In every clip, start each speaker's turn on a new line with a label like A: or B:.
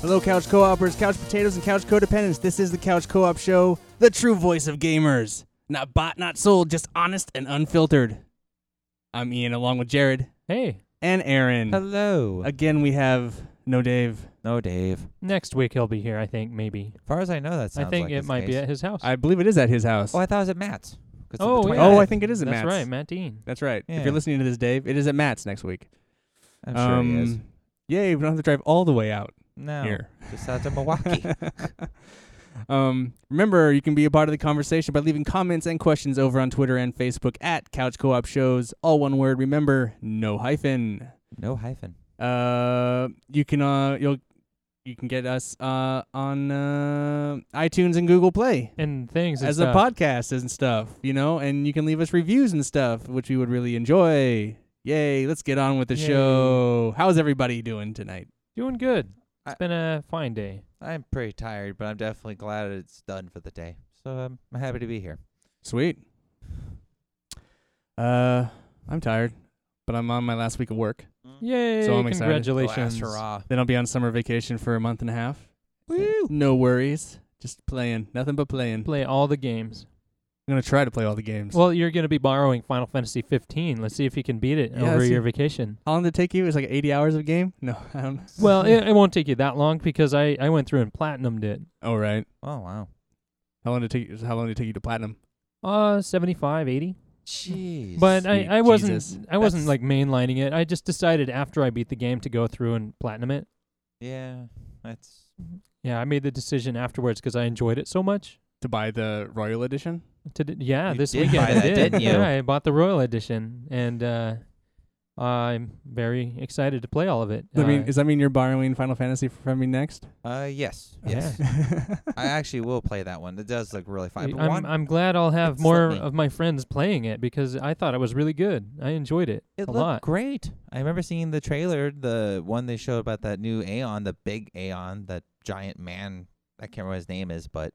A: Hello, couch co-opers, couch potatoes, and couch codependents. This is the Couch Co-op Show, the true voice of gamers. Not bought, not sold, just honest and unfiltered. I'm Ian, along with Jared
B: Hey,
A: and
B: Mm.
A: Aaron.
C: Hello.
A: Again, we have no Dave.
C: no, Dave.
B: next week he'll be here, I think, maybe.
C: As far as I know, that
B: I
C: sounds
B: think
C: like
B: it
C: his
B: might be
C: case.
B: at his house.
A: I believe it is at his house.
C: Oh, I thought it was at Matt's. 'cause of the
B: Oh, yeah.
C: 29th.
A: Oh, I think it is at
B: That's
A: Matt's.
B: right, Matt Dean.
A: That's right. If
C: Yeah.
A: you're listening to this, Dave, it is at Matt's next week.
C: I'm sure he is.
A: Yay, we don't have to drive all the way out
C: No,
A: um, here.
C: just out to Milwaukee.
A: um, remember, you can be a part of the conversation by leaving comments and questions over on Twitter and Facebook at Couch Co-op Shows, all one word. Remember, no hyphen.
C: no hyphen.
A: Uh, you can uh, you'll you can get us uh on uh, iTunes and Google Play
B: And things and
A: as
B: stuff.
A: a podcast and stuff, you know, and you can leave us reviews and stuff, which we would really enjoy. Yay! Let's get on with the
B: Yay.
A: show. How's everybody doing tonight?
B: Doing good. It's
C: I-
B: been a fine day.
C: I'm pretty tired, but I'm definitely glad it's done for the day. So um, I'm happy to be here.
A: Sweet. Uh, I'm tired, but I'm on my last week of work.
B: Yay!
A: So I'm excited.
B: congratulations.
C: The last hurrah.
A: Then I'll be on summer vacation for a month and a half. No worries. Just playing. Nothing but playing.
B: Play all the games.
A: I'm gonna try to play all the games.
B: Well, you're going to be borrowing Final Fantasy 15. Let's see if you can beat it
A: Yeah,
B: over
A: see-
B: your vacation.
A: How long did it take you? It was like 80 hours of game. No, I don't.
B: Well, it, it won't take you that long because I, I went through and platinumed it.
A: Oh right.
C: Oh wow.
A: How long did it take? How long did it take you to platinum?
B: Uh, 75, 80.
C: Jeez.
B: But uh,
A: Sweet
B: I, I wasn't
A: Jesus.
B: I wasn't
C: That's-
B: like mainlining it. I just decided after I beat the game to go through and platinum it.
C: yeah, that's
B: Yeah, I made the decision afterwards because I enjoyed it so much.
A: To buy the royal edition.
B: To d- yeah,
C: You
B: this
C: did
B: weekend
C: buy
B: I
C: that,
B: did.
C: didn't you?
B: Yeah, I bought the Royal Edition, and uh, I'm very excited to play all of it.
A: I mean,
B: Uh,
A: does that mean you're borrowing Final Fantasy from me next?
C: uh yes,
B: Yeah.
C: yes. I actually will play that one. It does look really fun. But
B: I'm,
C: one,
B: I'm glad I'll have
C: It's
B: more
C: lovely.
B: of my friends playing it because I thought it was really good. I enjoyed it,
C: it
B: a
C: looked
B: lot.
C: great. I remember seeing the trailer, the one they showed about that new Aeon, the big Aeon, that giant man. I can't remember what his name is, but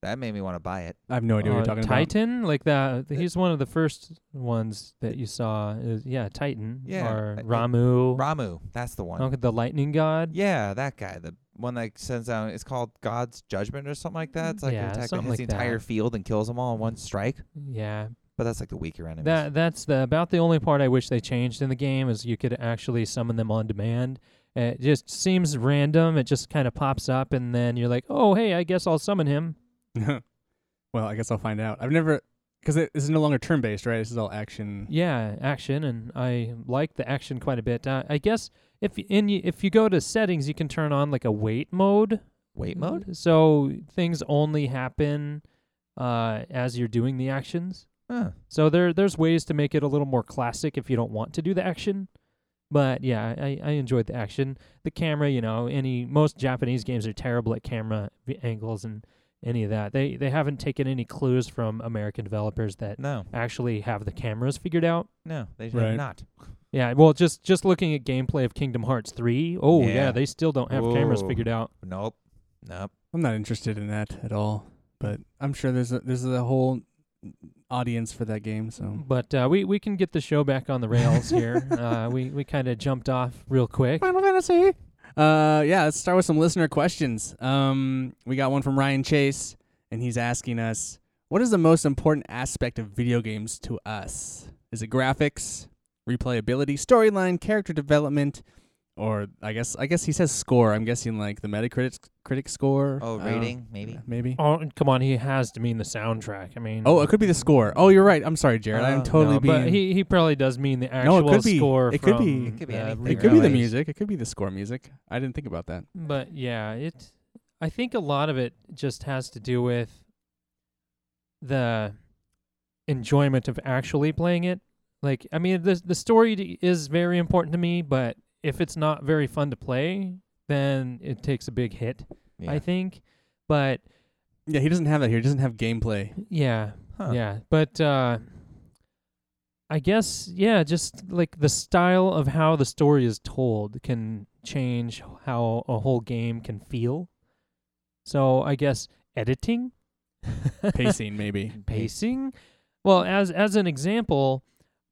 C: that made me want to buy it.
A: I have no idea what
B: Uh,
A: you're talking about.
B: Titan, like
C: Uh,
B: that. He's one of the first ones that you saw. Is, yeah, Titan.
C: Yeah,
B: Or
C: I- I-
B: Ramu.
C: Ramu, that's the one.
B: okay, the Lightning God.
C: Yeah, that guy, the one that sends out. It's called God's Judgment or something like that. It's like
B: Yeah,
C: an attack that
B: something
C: hits the
B: like that.
C: entire field and kills them all in one strike.
B: yeah,
C: But that's like the weaker enemy.
B: That that's the about the only part I wish they changed in the game is you could actually summon them on demand. Uh, It just seems random. It just kind of pops up, and then you're like, "Oh, hey, I guess I'll summon him."
A: well, I guess I'll find out. I've never because it, this is no longer turn based, right? This is all action.
B: Yeah, action, and I like the action quite a bit. Uh, I guess if y- in y- if you go to settings, you can turn on like a wait mode.
C: wait mode.
B: So things only happen uh, as you're doing the actions.
C: Huh.
B: So there there's ways to make it a little more classic if you don't want to do the action. But yeah, I, I enjoyed the action. The camera, you know, any most Japanese games are terrible at camera v- angles and any of that. They they haven't taken any clues from American developers that
C: No,
B: actually have the cameras figured out.
C: no, they
A: Right.
C: have not.
B: Yeah, well, just just looking at gameplay of Kingdom Hearts 3. Oh yeah,
C: Yeah.
B: they still don't have cameras
C: Whoa.
B: figured out.
C: Nope, nope.
A: I'm not interested in that at all. But I'm sure there's a, there's a whole audience for that game. So
B: But uh, we we can get the show back on the rails here. uh, we we kind of jumped off real quick.
A: Final Fantasy. Uh, yeah, let's start with some listener questions. Um, we got one from Ryan Chase, and he's asking us, "What is the most important aspect of video games to us? Is it graphics, replayability, storyline, character development, or I guess I guess he says score. I'm guessing like the Metacritic critic score.
C: Oh,
A: Uh,
C: rating maybe.
A: maybe.
B: Oh, come on, he has to mean the soundtrack. I mean,
A: Oh, it could be the score. Oh, you're right. I'm sorry, Jared. I'm
C: Oh,
A: totally
B: no,
A: being.
B: but he he probably does mean the
A: No, it
B: actual
A: could be.
B: score.
A: It could
B: from,
A: be.
C: It could be
B: uh,
C: anything,
A: it could be the
B: Rayman.
C: Really?
A: music. It could be the score music. I didn't think about that.
B: But yeah, it. I think a lot of it just has to do with the enjoyment of actually playing it. Like, I mean, the the story d- is very important to me, but if it's not very fun to play, then it takes a big hit.
C: Yeah.
B: I think. But
A: Yeah, he doesn't have that here. He doesn't have gameplay.
B: yeah,
C: Huh.
B: Yeah, but uh, I guess yeah, just like the style of how the story is told can change how a whole game can feel. So I guess editing,
A: Pacing, maybe.
B: pacing. Well, as as an example,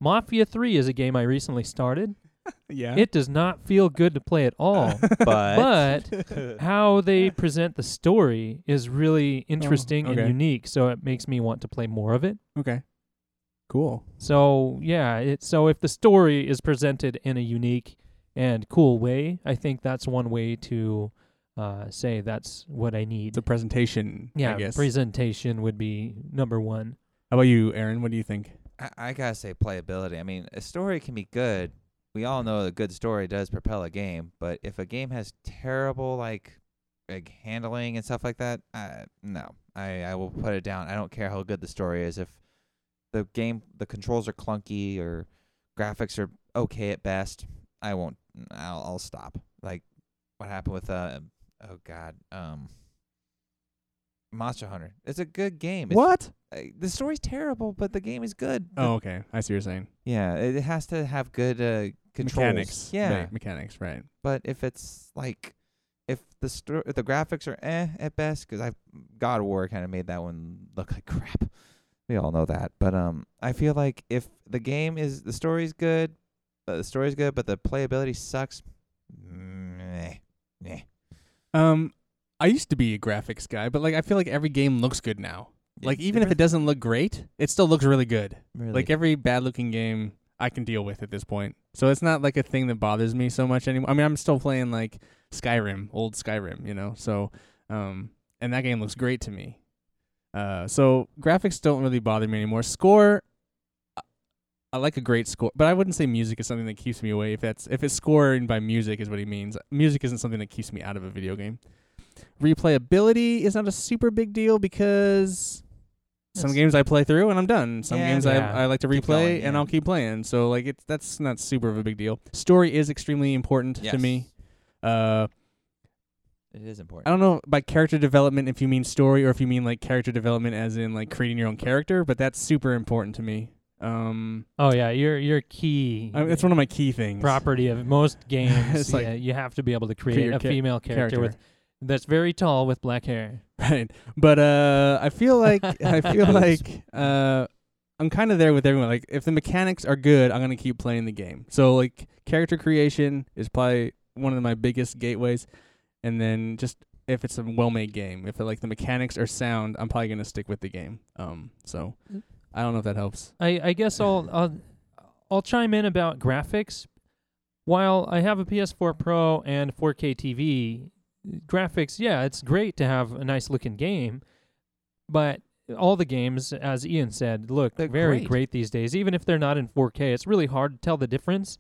B: Mafia Three is a game I recently started,
A: yeah.
B: It does not feel good to play at all. but how they present the story is really interesting
A: Oh, okay.
B: and unique, so it makes me want to play more of it.
A: okay. Cool.
B: So yeah, it so if the story is presented in a unique and cool way, I think that's one way to uh, say that's what I need.
A: It's a presentation,
B: yeah,
A: I guess.
B: presentation would be number one.
A: How about you, Aaron? What do you think?
C: I, I gotta say playability. I mean, a story can be good. We all know a good story does propel a game, but if a game has terrible like like handling and stuff like that, I, no, I I will put it down. I don't care how good the story is. If the game the controls are clunky or graphics are okay at best, I won't. I'll I'll stop. Like what happened with uh oh god um Monster Hunter. It's a good game. It's,
A: what?
C: uh, the story's terrible, but the game is good. The
A: Oh, okay. I see what you're saying.
C: yeah, it it has to have good uh, controls.
A: Mechanics.
C: Yeah,
A: Right, mechanics, right.
C: but if it's like, if the sto- if the graphics are eh at best, because I God of War kind of made that one look like crap. We all know that, but um, I feel like if the game is the story's good, uh, the story's good, but the playability sucks. Meh, meh.
A: Um, I used to be a graphics guy, but like I feel like every game looks good now. Like even if it doesn't look great, it still looks really good.
C: really,
A: Like every bad looking game I can deal with at this point. So it's not like a thing that bothers me so much anymore. I mean, I'm still playing like Skyrim, old Skyrim, you know. So um and that game looks great to me. Uh so graphics don't really bother me anymore. Score I- I like a great score, but I wouldn't say music is something that keeps me away. If that's if it's scoring by music is what he means. Music isn't something that keeps me out of a video game. Replayability is not a super big deal because some
B: That's-
A: games I play through and I'm done. Some
C: Yeah.
A: games
B: Yeah.
A: I, I like to replay
C: Keep going,
A: and
C: yeah.
A: I'll keep playing. So like it's that's not super of a big deal. Story is extremely important to
C: Yes.
A: me. Uh,
C: it is important.
A: I don't know by character development if you mean story or if you mean like character development as in like creating your own character, but that's super important to me. Um,
B: Oh yeah, your your key.
A: I it's one of my key things.
B: property of most games.
A: It's like-
B: yeah, you have to be able to
A: your
B: create a
A: cha-
B: female character, with that's very tall with black hair.
A: Right. But uh I feel like I feel like uh I'm kind of there with everyone. Like if the mechanics are good, I'm going to keep playing the game. So like character creation is probably one of my biggest gateways and then just if it's a well-made game, if like the mechanics are sound, I'm probably going to stick with the game. Um so I don't know if that helps.
B: I, I guess I'll, I'll I'll chime in about graphics. While I have a PS4 Pro and 4K TV, graphics, yeah, it's great to have a nice looking game, but all the games, as Ian said, look
C: They're
B: very
C: great.
B: great. these days. Even if they're not in 4K, it's really hard to tell the difference.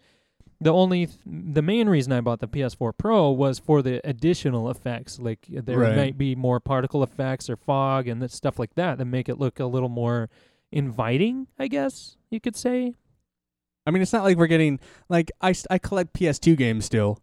B: The only th- the main reason I bought the PS4 Pro was for the additional effects, like uh, there
A: Right.
B: might be more particle effects or fog and that stuff like that that make it look a little more inviting, I guess you could say.
A: I mean, it's not like we're getting like I, s- I collect PS2 games still,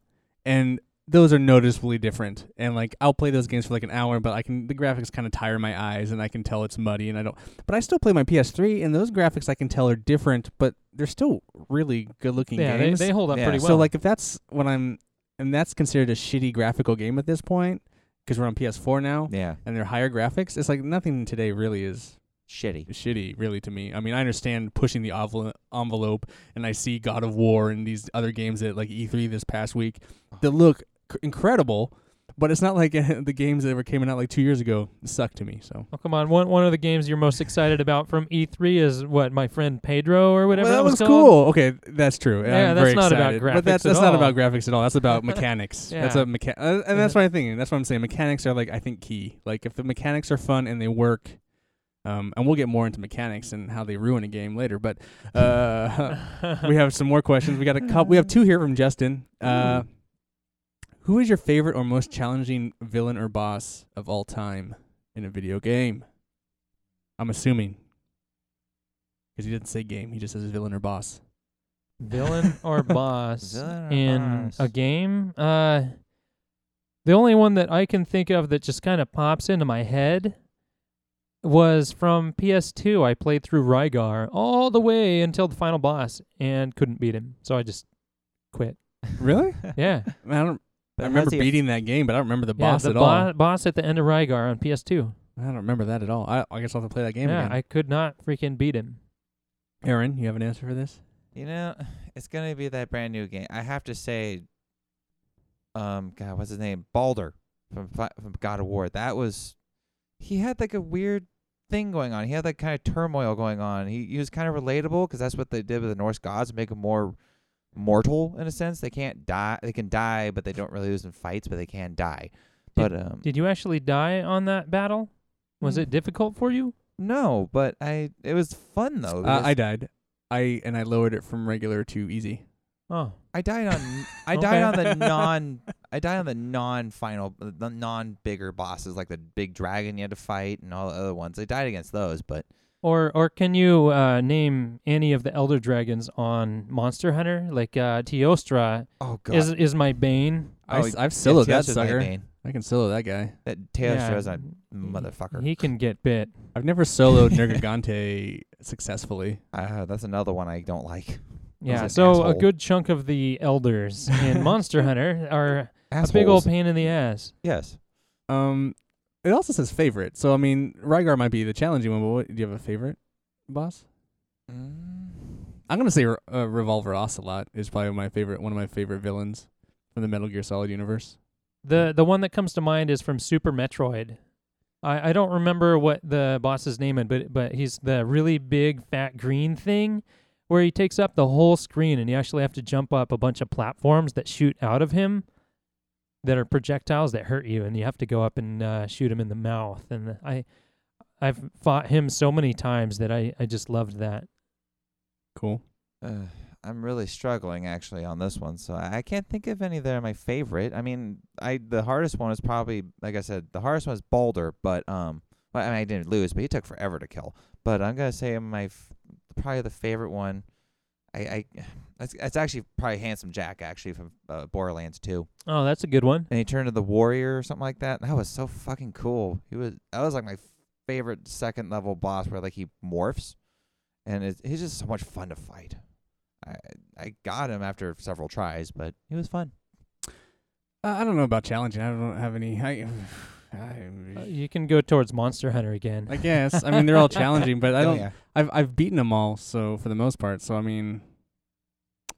A: and those are noticeably different. And like I'll play those games for like an hour, but I can the graphics kind of tire my eyes, and I can tell it's muddy, and I don't. But I still play my PS3, and those graphics I can tell are different, but they're still really good looking
B: yeah, they,
A: games.
B: they hold up
C: Yeah.
B: pretty well.
A: so like if that's what I'm, and that's considered a shitty graphical game at this point because we're on PS4 now,
C: yeah,
A: and they're higher graphics. It's like nothing today really is
C: shitty.
A: shitty, really, to me. I mean, I understand pushing the envel- envelope, and I see God of War and these other games at like E3 this past week that look c- incredible, but it's not like the games that were coming out like two years ago suck to me. So
B: oh come on, one one of the games you're most excited about from E3 is what my friend Pedro or whatever
A: well, that
B: it
A: was
B: was, called?
A: cool. Okay, that's true. and
B: Yeah,
A: I'm
B: that's
A: very
B: not about
A: excited. But
B: graphics
A: that's
B: at
A: that's not
B: all.
A: about graphics at all. That's about mechanics. That's
B: Yeah.
A: a mecha- uh, and that's what I'm thinking. That's what I'm saying. Mechanics are like I think key. Like if the mechanics are fun and they work. Um, and we'll get more into mechanics and how they ruin a game later, but uh, we have some more questions. We got a couple. We have two here from Justin. Uh, who is your favorite or most challenging villain or boss of all time in a video game? I'm assuming because he didn't say game. He just says villain or boss.
B: villain or boss
C: Villain or
B: in
C: boss.
B: a game. Uh, the only one that I can think of that just kind of pops into my head was from PS2. I played through Rygar all the way until the final boss and couldn't beat him, so I just quit.
A: Really?
B: Yeah.
A: I don't.
C: But
A: I
C: how's
A: remember
C: he-
A: beating that game, but I don't remember the boss
B: yeah,
A: at
B: the
A: all.
B: bo- boss at the end of Rygar on PS2.
A: I don't remember that at all. I, I guess I'll have to play that game
B: yeah,
A: again.
B: I could not freaking beat him.
A: Aaron, you have an answer for this?
C: You know, It's gonna be that brand new game. I have to say, um, God, what's his name? Balder from Fi- from God of War. That was he had like a weird thing going on. He had like kind of turmoil going on. He he was kind of relatable because that's what they did with the Norse gods, make them more mortal in a sense. They can't die. They can die, but they don't really lose in fights, but they can die. But um,
B: Did you actually die on that battle? Was
A: Hmm.
B: it difficult for you?
C: no, but I it was fun
A: Uh,
C: though. because
A: I died. I and I lowered it from regular to easy.
B: Oh,
C: I died on I
B: Okay.
C: died on the non I died on the non final the non bigger bosses like the big dragon you had to fight and all the other ones. I died against those, but
B: or or can you uh, name any of the elder dragons on Monster Hunter? Like uh, Teostra
C: oh god,
B: is is my bane.
A: I,
C: Oh,
A: s- I've soloed
C: Yeah,
A: that
C: Teostra's my
A: sucker.
C: main.
A: I can solo that guy.
C: That Teostra's
B: Yeah.
C: a motherfucker.
B: He can get bit.
A: I've never soloed Nergigante successfully.
C: Ah, that's another one I don't like.
B: Yeah,
C: an
B: so a
C: asshole.
B: good chunk of the elders in Monster Hunter are
C: Assholes.
B: a big old pain in the ass.
C: yes.
A: Um, it also says favorite. So I mean, Rygar might be the challenging one. But what, do you have a favorite boss?
C: Mm.
A: I'm gonna say Re- uh, Revolver Ocelot is probably my favorite. One of my favorite villains from the Metal Gear Solid universe.
B: The the one that comes to mind is from Super Metroid. I, I don't remember what the boss's name is, but but he's the really big fat green thing where he takes up the whole screen and you actually have to jump up a bunch of platforms that shoot out of him that are projectiles that hurt you and you have to go up and uh, shoot him in the mouth and I I've fought him so many times that I, I just loved that.
A: Cool.
C: Uh, I'm really struggling actually on this one, so I I can't think of any that are my favorite. I mean, I the hardest one is probably like I said, the hardest one is Balder, but um, well, I, mean, I didn't lose, but he took forever to kill. But I'm gonna say my f- probably the favorite one. I, I that's, that's actually probably Handsome Jack actually from uh, Borderlands 2,
B: Oh, that's a good one.
C: and he turned into the warrior or something like that. That was so fucking cool. He was that was like my favorite second level boss where like he morphs, and it's he's just so much fun to fight. I I got him after several tries, but it was fun.
A: Uh, I don't know about challenging. I don't have any. I, I,
B: Uh, you can go towards Monster Hunter again.
A: I guess. I mean, they're all challenging, but I
C: Oh,
A: don't.
C: yeah.
A: I've I've beaten them all, so for the most part. So I mean,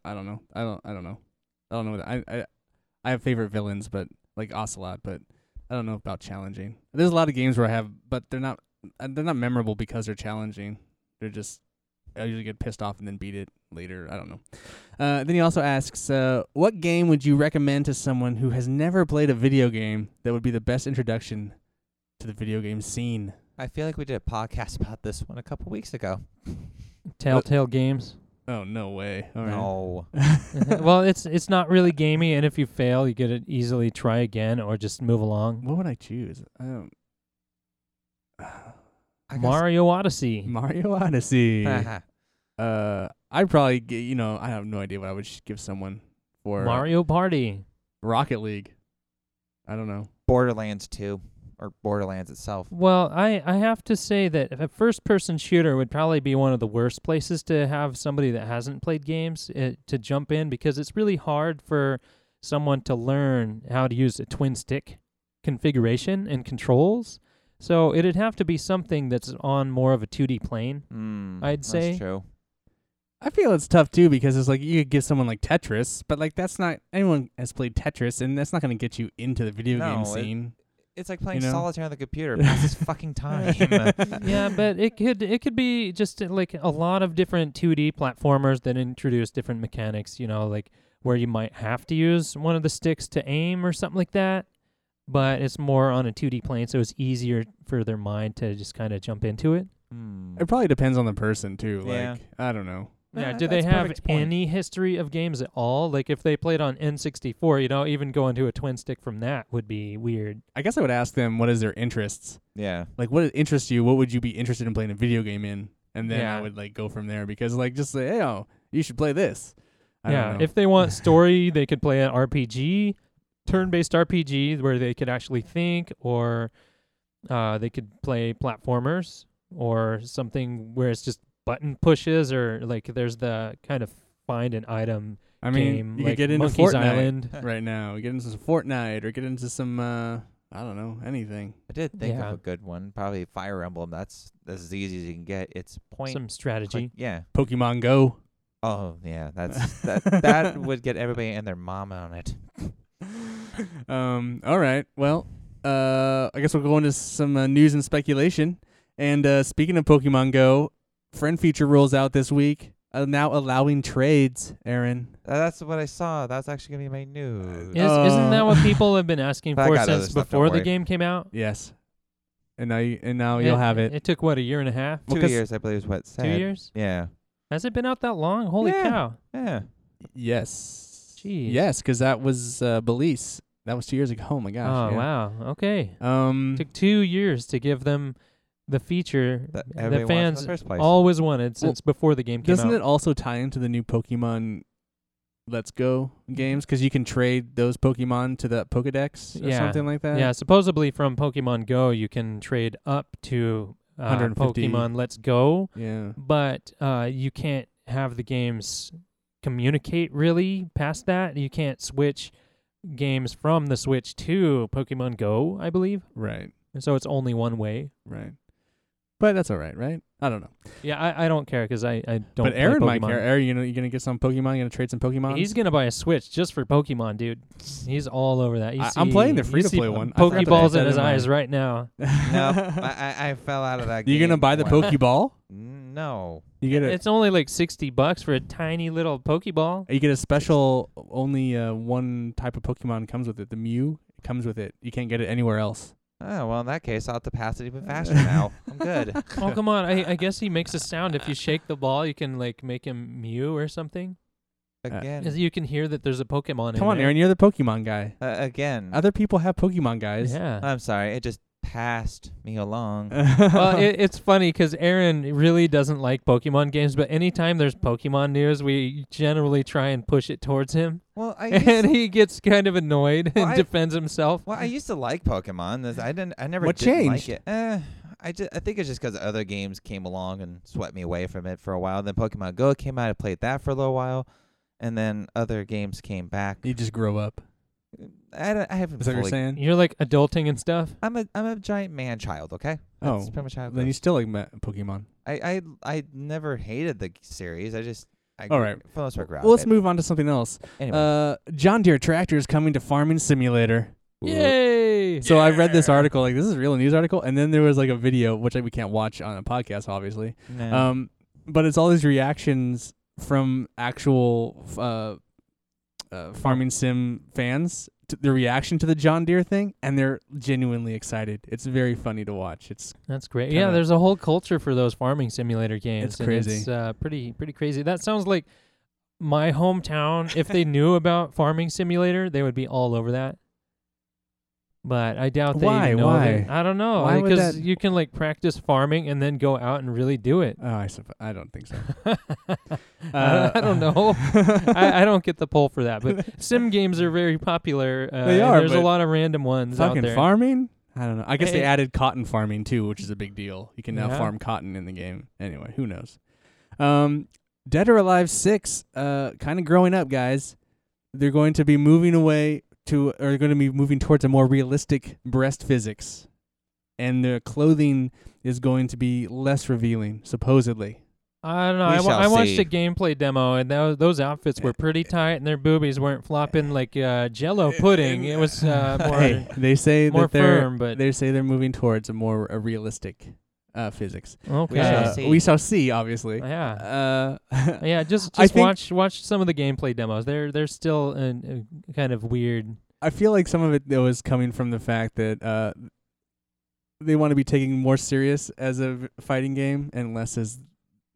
A: I don't know. I don't I don't know. I don't know. What I I I have favorite villains, but like Ocelot, but I don't know about challenging. There's a lot of games where I have, but they're not uh, they're not memorable because they're challenging. They're just I usually get pissed off and then beat it later. I don't know. Uh, then he also asks, uh, what game would you recommend to someone who has never played a video game that would be the best introduction to the video game scene?
C: I feel like we did a podcast about this one a couple weeks ago.
B: Telltale Games.
A: Oh no way! All right.
C: No, Mm-hmm.
B: well, it's it's not really gamey, and if you fail, you get to easily try again or just move along.
A: What would I choose? Um,
C: I guess-
B: Mario Odyssey.
A: Mario Odyssey.
C: Haha.
A: uh, I'd probably get, you know, I have no idea what I would sh- give someone for uh,
B: Mario Party.
A: Rocket League. I don't know.
C: Borderlands 2 or Borderlands itself.
B: Well, I, I have to say that a first person shooter would probably be one of the worst places to have somebody that hasn't played games uh, to jump in because it's really hard for someone to learn how to use a twin stick configuration and controls. So it'd have to be something that's on more of a 2D plane.
C: Mm,
B: I'd
C: that's
B: say-
C: true.
A: I feel it's tough too because it's like you could give someone like Tetris, but like that's not anyone has played Tetris, and that's not going to get you into the video
C: No,
A: game
C: it-
A: scene.
C: It's like playing
A: know?
C: solitaire on the computer. Passes fucking time.
B: yeah, but it could it could be just uh, like a lot of different 2D platformers that introduce different mechanics, you know, like where you might have to use one of the sticks to aim or something like that, but it's more on a 2D plane, so it's easier for their mind to just kind of jump into it.
C: Mm.
A: It probably depends on the person too. Like
C: Yeah.
A: I don't know.
B: Yeah,
C: Nah,
B: do they
C: that's
B: have
C: perfect point.
B: any history of games at all? Like if they played on N64, you know, even going to a twin stick from that would be weird.
A: I guess I would ask them what is their interests.
C: Yeah.
A: like what interests you what would you be interested in playing a video game in and then i
B: Yeah.
A: would like go from there because like just say hey oh you should play this I
B: yeah,
A: don't know.
B: if they want story, they could play an RPG, turn-based RPG, where they could actually think, or uh, they could play platformers, or something where it's just button pushes, or like there's the kind of find an item
A: i mean
B: game,
A: you
B: like
A: could get into
B: Monkey's
A: fortnite
B: Island.
A: right now get into some fortnite or get into some uh i don't know anything
C: I did think
B: Yeah.
C: of a good one. Probably Fire Emblem. That's that's as easy as you can get. It's point
B: Some strategy.
C: click- yeah.
A: pokemon go
C: Oh yeah, that's that. that would get everybody and their mom on it.
A: um, all right. Well, uh, I guess we'll go into some uh, news and speculation. And uh, speaking of Pokemon Go, friend feature rolls out this week, uh, now allowing trades. Aaron,
C: Uh, that's what I saw. That's actually gonna be my news.
A: Yeah.
B: Is, isn't that what
A: Uh,
B: people have been asking
C: I
B: for
C: got other
B: since
C: stuff, don't
B: before the
C: worry.
B: game came out?
A: yes. And now, you, and now Oh, you'll have it.
B: It took what a year and a half,
A: Well,
C: Two
A: 'cause-
C: years, I believe, is what it said.
B: two years.
C: Yeah.
B: Has it been out that long? Holy
C: Yeah.
B: cow!
C: Yeah.
A: Yes.
B: Jeez.
A: Yes, because that was uh, Belize. That was two years ago. Oh my gosh.
B: oh
A: yeah.
B: wow. Okay.
A: Um,
B: took two years to give them the feature
C: That everybody
B: that
C: wants in
B: fans
C: the first place.
B: always wanted
A: Well,
B: since before the game came
A: doesn't
B: out.
A: it also tie into the new Pokemon Let's Go games? Because you can trade those Pokemon to the Pokedex or
B: Yeah.
A: something like that.
B: yeah, supposedly from Pokemon Go, you can trade up to uh,
A: 150.
B: Pokemon Let's Go,
A: Yeah.
B: but uh, you can't have the games communicate really past that. You can't switch games from the Switch to Pokemon Go, I believe.
A: Right.
B: And so it's only one way.
A: Right. But that's all right, right? I don't know.
B: Yeah, I, I don't care because I, I don't.
A: but
B: play
A: Aaron
B: Pokemon.
A: might care. Aaron, you know, you gonna get some Pokemon? You gonna trade some Pokemon?
B: He's gonna buy a Switch just for Pokemon, dude. He's all over that. You
A: I- I'm playing the
B: see- you
A: free-to-play
B: see
A: one. I forgot to
B: Pokeballs
A: put
B: in
A: that
B: his
A: in my-
B: eyes right now.
C: no, I, I I fell out of that.
A: you gonna
C: game
A: buy the
C: when-
A: Pokeball?
C: No.
A: You get a
B: It's only like sixty bucks for a tiny little Pokeball.
A: you get a special only uh, one type of Pokemon comes with it. The Mew comes with it. You can't get it anywhere else.
C: Oh well, in that case, I'll have to pass it even faster now. I'm
A: Uh,
C: good.
B: Oh come on! I, I guess he makes a sound if you shake the ball. You can like make him mew or something.
C: Again.
B: 'Cause You can hear that there's a Pokemon.
A: Come
B: in
A: on,
B: there.
A: Aaron, you're the Pokemon guy.
C: Uh, again.
A: Other people have Pokemon guys. Uh,
B: Yeah.
C: I'm sorry. It just passed me along.
B: well, it, it's funny because Aaron really doesn't like Pokemon games, but anytime there's Pokemon news, we generally try and push it towards him,
C: well, I used
B: and
C: to,
B: he gets kind of annoyed
C: Well,
B: and
C: I-
B: defends himself.
C: well, I used to like Pokemon. This- I didn't. I never
A: What
C: didn't
A: changed?
C: like it. Eh, I just. I think it's just 'cause other games came along and swept me away from it for a while. Then Pokemon Go came out. I played that for a little while, and then other games came back.
A: you just grow up.
C: I, don't, I haven't
A: Is that what you're
C: fully-
A: saying?
B: You're like adulting and stuff.
C: I'm a I'm a giant man child. Okay.
A: Oh,
C: That's pretty much how. It
A: Then you
C: goes.
A: still like ma- Pokemon.
C: I I I never hated the series. I just. I,
A: All right.
C: For the most part, grew out
A: Well,
C: of
A: let's
C: it.
A: move on to something else.
C: Anyway.
A: Uh, John Deere tractor is coming to Farming Simulator.
B: Yay!
A: So I read this article, like this is a real news article, and then there was like a video, which like, we can't watch on a podcast, obviously.
C: Nah.
A: Um, but it's all these reactions from actual f- uh, uh, farming sim fans, to the reaction to the John Deere thing, and they're genuinely excited. It's very funny to watch. It's
B: That's great.
A: Kinda-
B: Yeah, there's a whole culture for those farming simulator games.
A: It's
B: and It's
A: crazy.
B: uh, pretty pretty crazy. That sounds like my hometown. if they knew about farming simulator, they would be all over that. But I doubt they
A: Why?
B: even know.
A: Why?
B: that- I don't know.
A: Why would
B: Because
A: that-
B: you can like practice farming and then go out and really do it.
A: oh, I supp- I don't think so. Uh,
B: I don't know. I, I don't get the poll for that, but sim games are very popular. Uh,
A: They
B: and
A: are,
B: There's a
A: but
B: lot of random ones out
A: Fucking
B: there.
A: farming? I don't know. I guess they
B: Hey.
A: added cotton farming too, which is a big deal. You can now
B: Yeah.
A: farm cotton in the game. Anyway, who knows? Um, Dead or Alive Six, uh, kind of growing up, guys. They're going to be moving away to, or going to be moving towards a more realistic breast physics, and their clothing is going to be less revealing, supposedly.
B: I don't know.
C: We
B: I, wa-
C: shall
B: I watched
C: see.
B: a gameplay demo, and tho- those outfits were pretty tight, and their boobies weren't flopping like uh, Jello pudding. It was uh, more
A: hey, they say
B: more
A: that they're
B: firm, but
A: they say they're moving towards a more uh, realistic uh, physics.
B: okay.
C: We shall
A: Uh,
B: Yeah,
C: see.
A: we shall see, obviously.
B: yeah.
A: Uh,
B: Just
A: I
B: just
A: think-
B: watch watch some of the gameplay demos. They're they're still an, uh, kind of weird.
A: I feel like some of it though is coming from the fact that uh, they want to be taken more serious as a v- fighting game and less as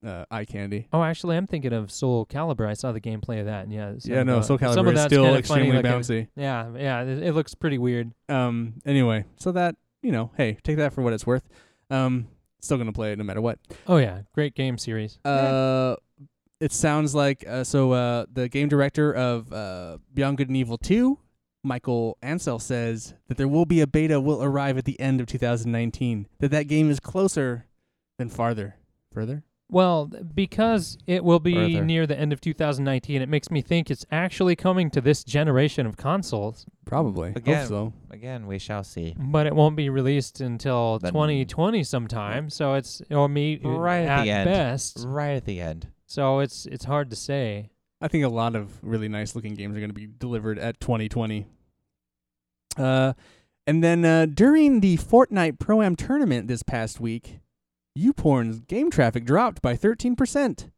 A: uh, eye candy.
B: Oh, actually, I'm thinking of Soul Calibur. I saw the gameplay of that, and yeah, some
A: yeah,
B: of
A: no,
B: the-
A: Soul
B: some
A: Calibur
B: of
A: is
B: that's
A: still
B: kinda funny
A: extremely
B: uh, looking.
A: bouncy.
B: Yeah, yeah, it, it looks pretty weird.
A: Um, anyway, so that you know, hey, take that for what it's worth. Um, still gonna play it no matter what.
B: Oh yeah, great game series.
A: Uh, it sounds like uh, so uh, the game director of uh, Beyond Good and Evil 2, Michael Ansel, says that there will be a beta will arrive at the end of 2019. That that game is closer than farther, further.
B: Well, th- because it will be
A: Further.
B: near the end of 2019, it makes me think it's actually coming to this generation of consoles,
A: Probably.
C: Again.
A: so.
C: Again, we shall see.
B: but it won't be released until
C: Then-
B: 2020 sometime. So it's or me uh,
C: Right at the end.
B: best.
C: Right at the end.
B: So it's it's hard to say.
A: I think a lot of really nice looking games are going to be delivered at 2020. Uh, and then uh, during the Fortnite Pro Am tournament this past week, YouPorn's game traffic dropped by 13%.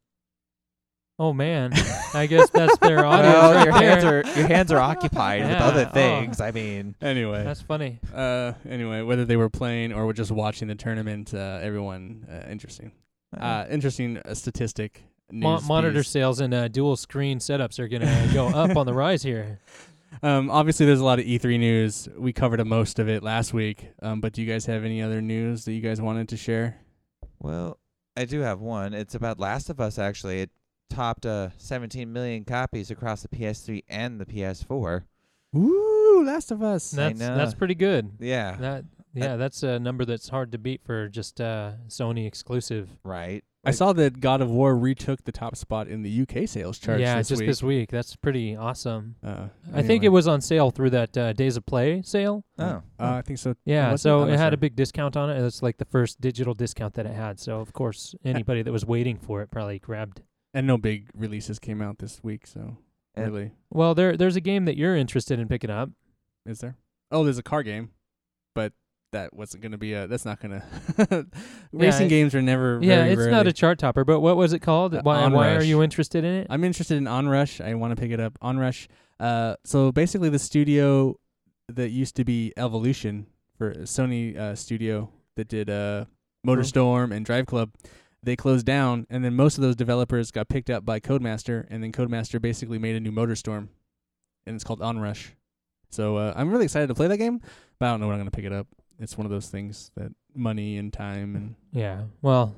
B: Oh man, I guess that's their audience
C: Well,
B: right
C: your
B: there.
C: hands are your hands are occupied with
B: Yeah,
C: other
B: oh.
C: things. I mean,
A: Anyway,
B: That's funny.
A: uh, anyway, whether they were playing or were just watching the tournament, uh, everyone uh, interesting.
C: Uh-huh.
A: Uh, interesting uh, statistic.
B: Mo-
A: news
B: monitor
A: piece.
B: sales and uh, dual screen setups are gonna go up on the rise here.
A: Um, obviously, there's a lot of E3 news. We covered a most of it last week. Um, but do you guys have any other news that you guys wanted to share?
C: well, I do have one. It's about Last of Us. Actually, it topped uh, 17 million copies across the PS3 and the PS4.
A: Ooh, Last of Us.
B: That's
C: know.
B: that's pretty good.
C: Yeah,
B: That yeah, that's a number that's hard to beat for just uh, Sony exclusive.
C: right.
A: I saw that God of War retook the top spot in the UK sales charts
B: yeah,
A: this
B: just
A: week.
B: this week. That's pretty awesome.
A: uh,
B: I think
A: anyway.
B: it was on sale through that uh, Days of Play sale.
C: Oh,
A: Uh, I think so.
B: Yeah,
A: was it?
B: so
A: I'm
B: it
A: not
B: had a
A: sure.
B: big discount on it. It's like the first digital discount that it had. So of course, anybody that was waiting for it probably grabbed.
A: And no big releases came out this week, so
C: And-
A: really,
B: Well, there there's a game that you're interested in picking up.
A: is there? Oh, there's a car game, but that wasn't gonna be a. That's not gonna. Racing
B: it-
A: games are never.
B: yeah,
A: very
B: it's not a
A: rarely-
B: chart topper, but what was it called?
A: Uh,
B: why why are
A: Onrush.
B: you interested in it?
A: I'm interested in Onrush. I want to pick it up. Onrush. Uh, so basically, the studio that used to be Evolution for Sony uh, Studio that did uh, MotorStorm and Drive Club, they closed down, and then most of those developers got picked up by CodeMaster, and then CodeMaster basically made a new MotorStorm, and it's called Onrush. So uh, I'm really excited to play that game, but I don't know when I'm gonna pick it up. It's one of those things that money and time and
B: Yeah. Well,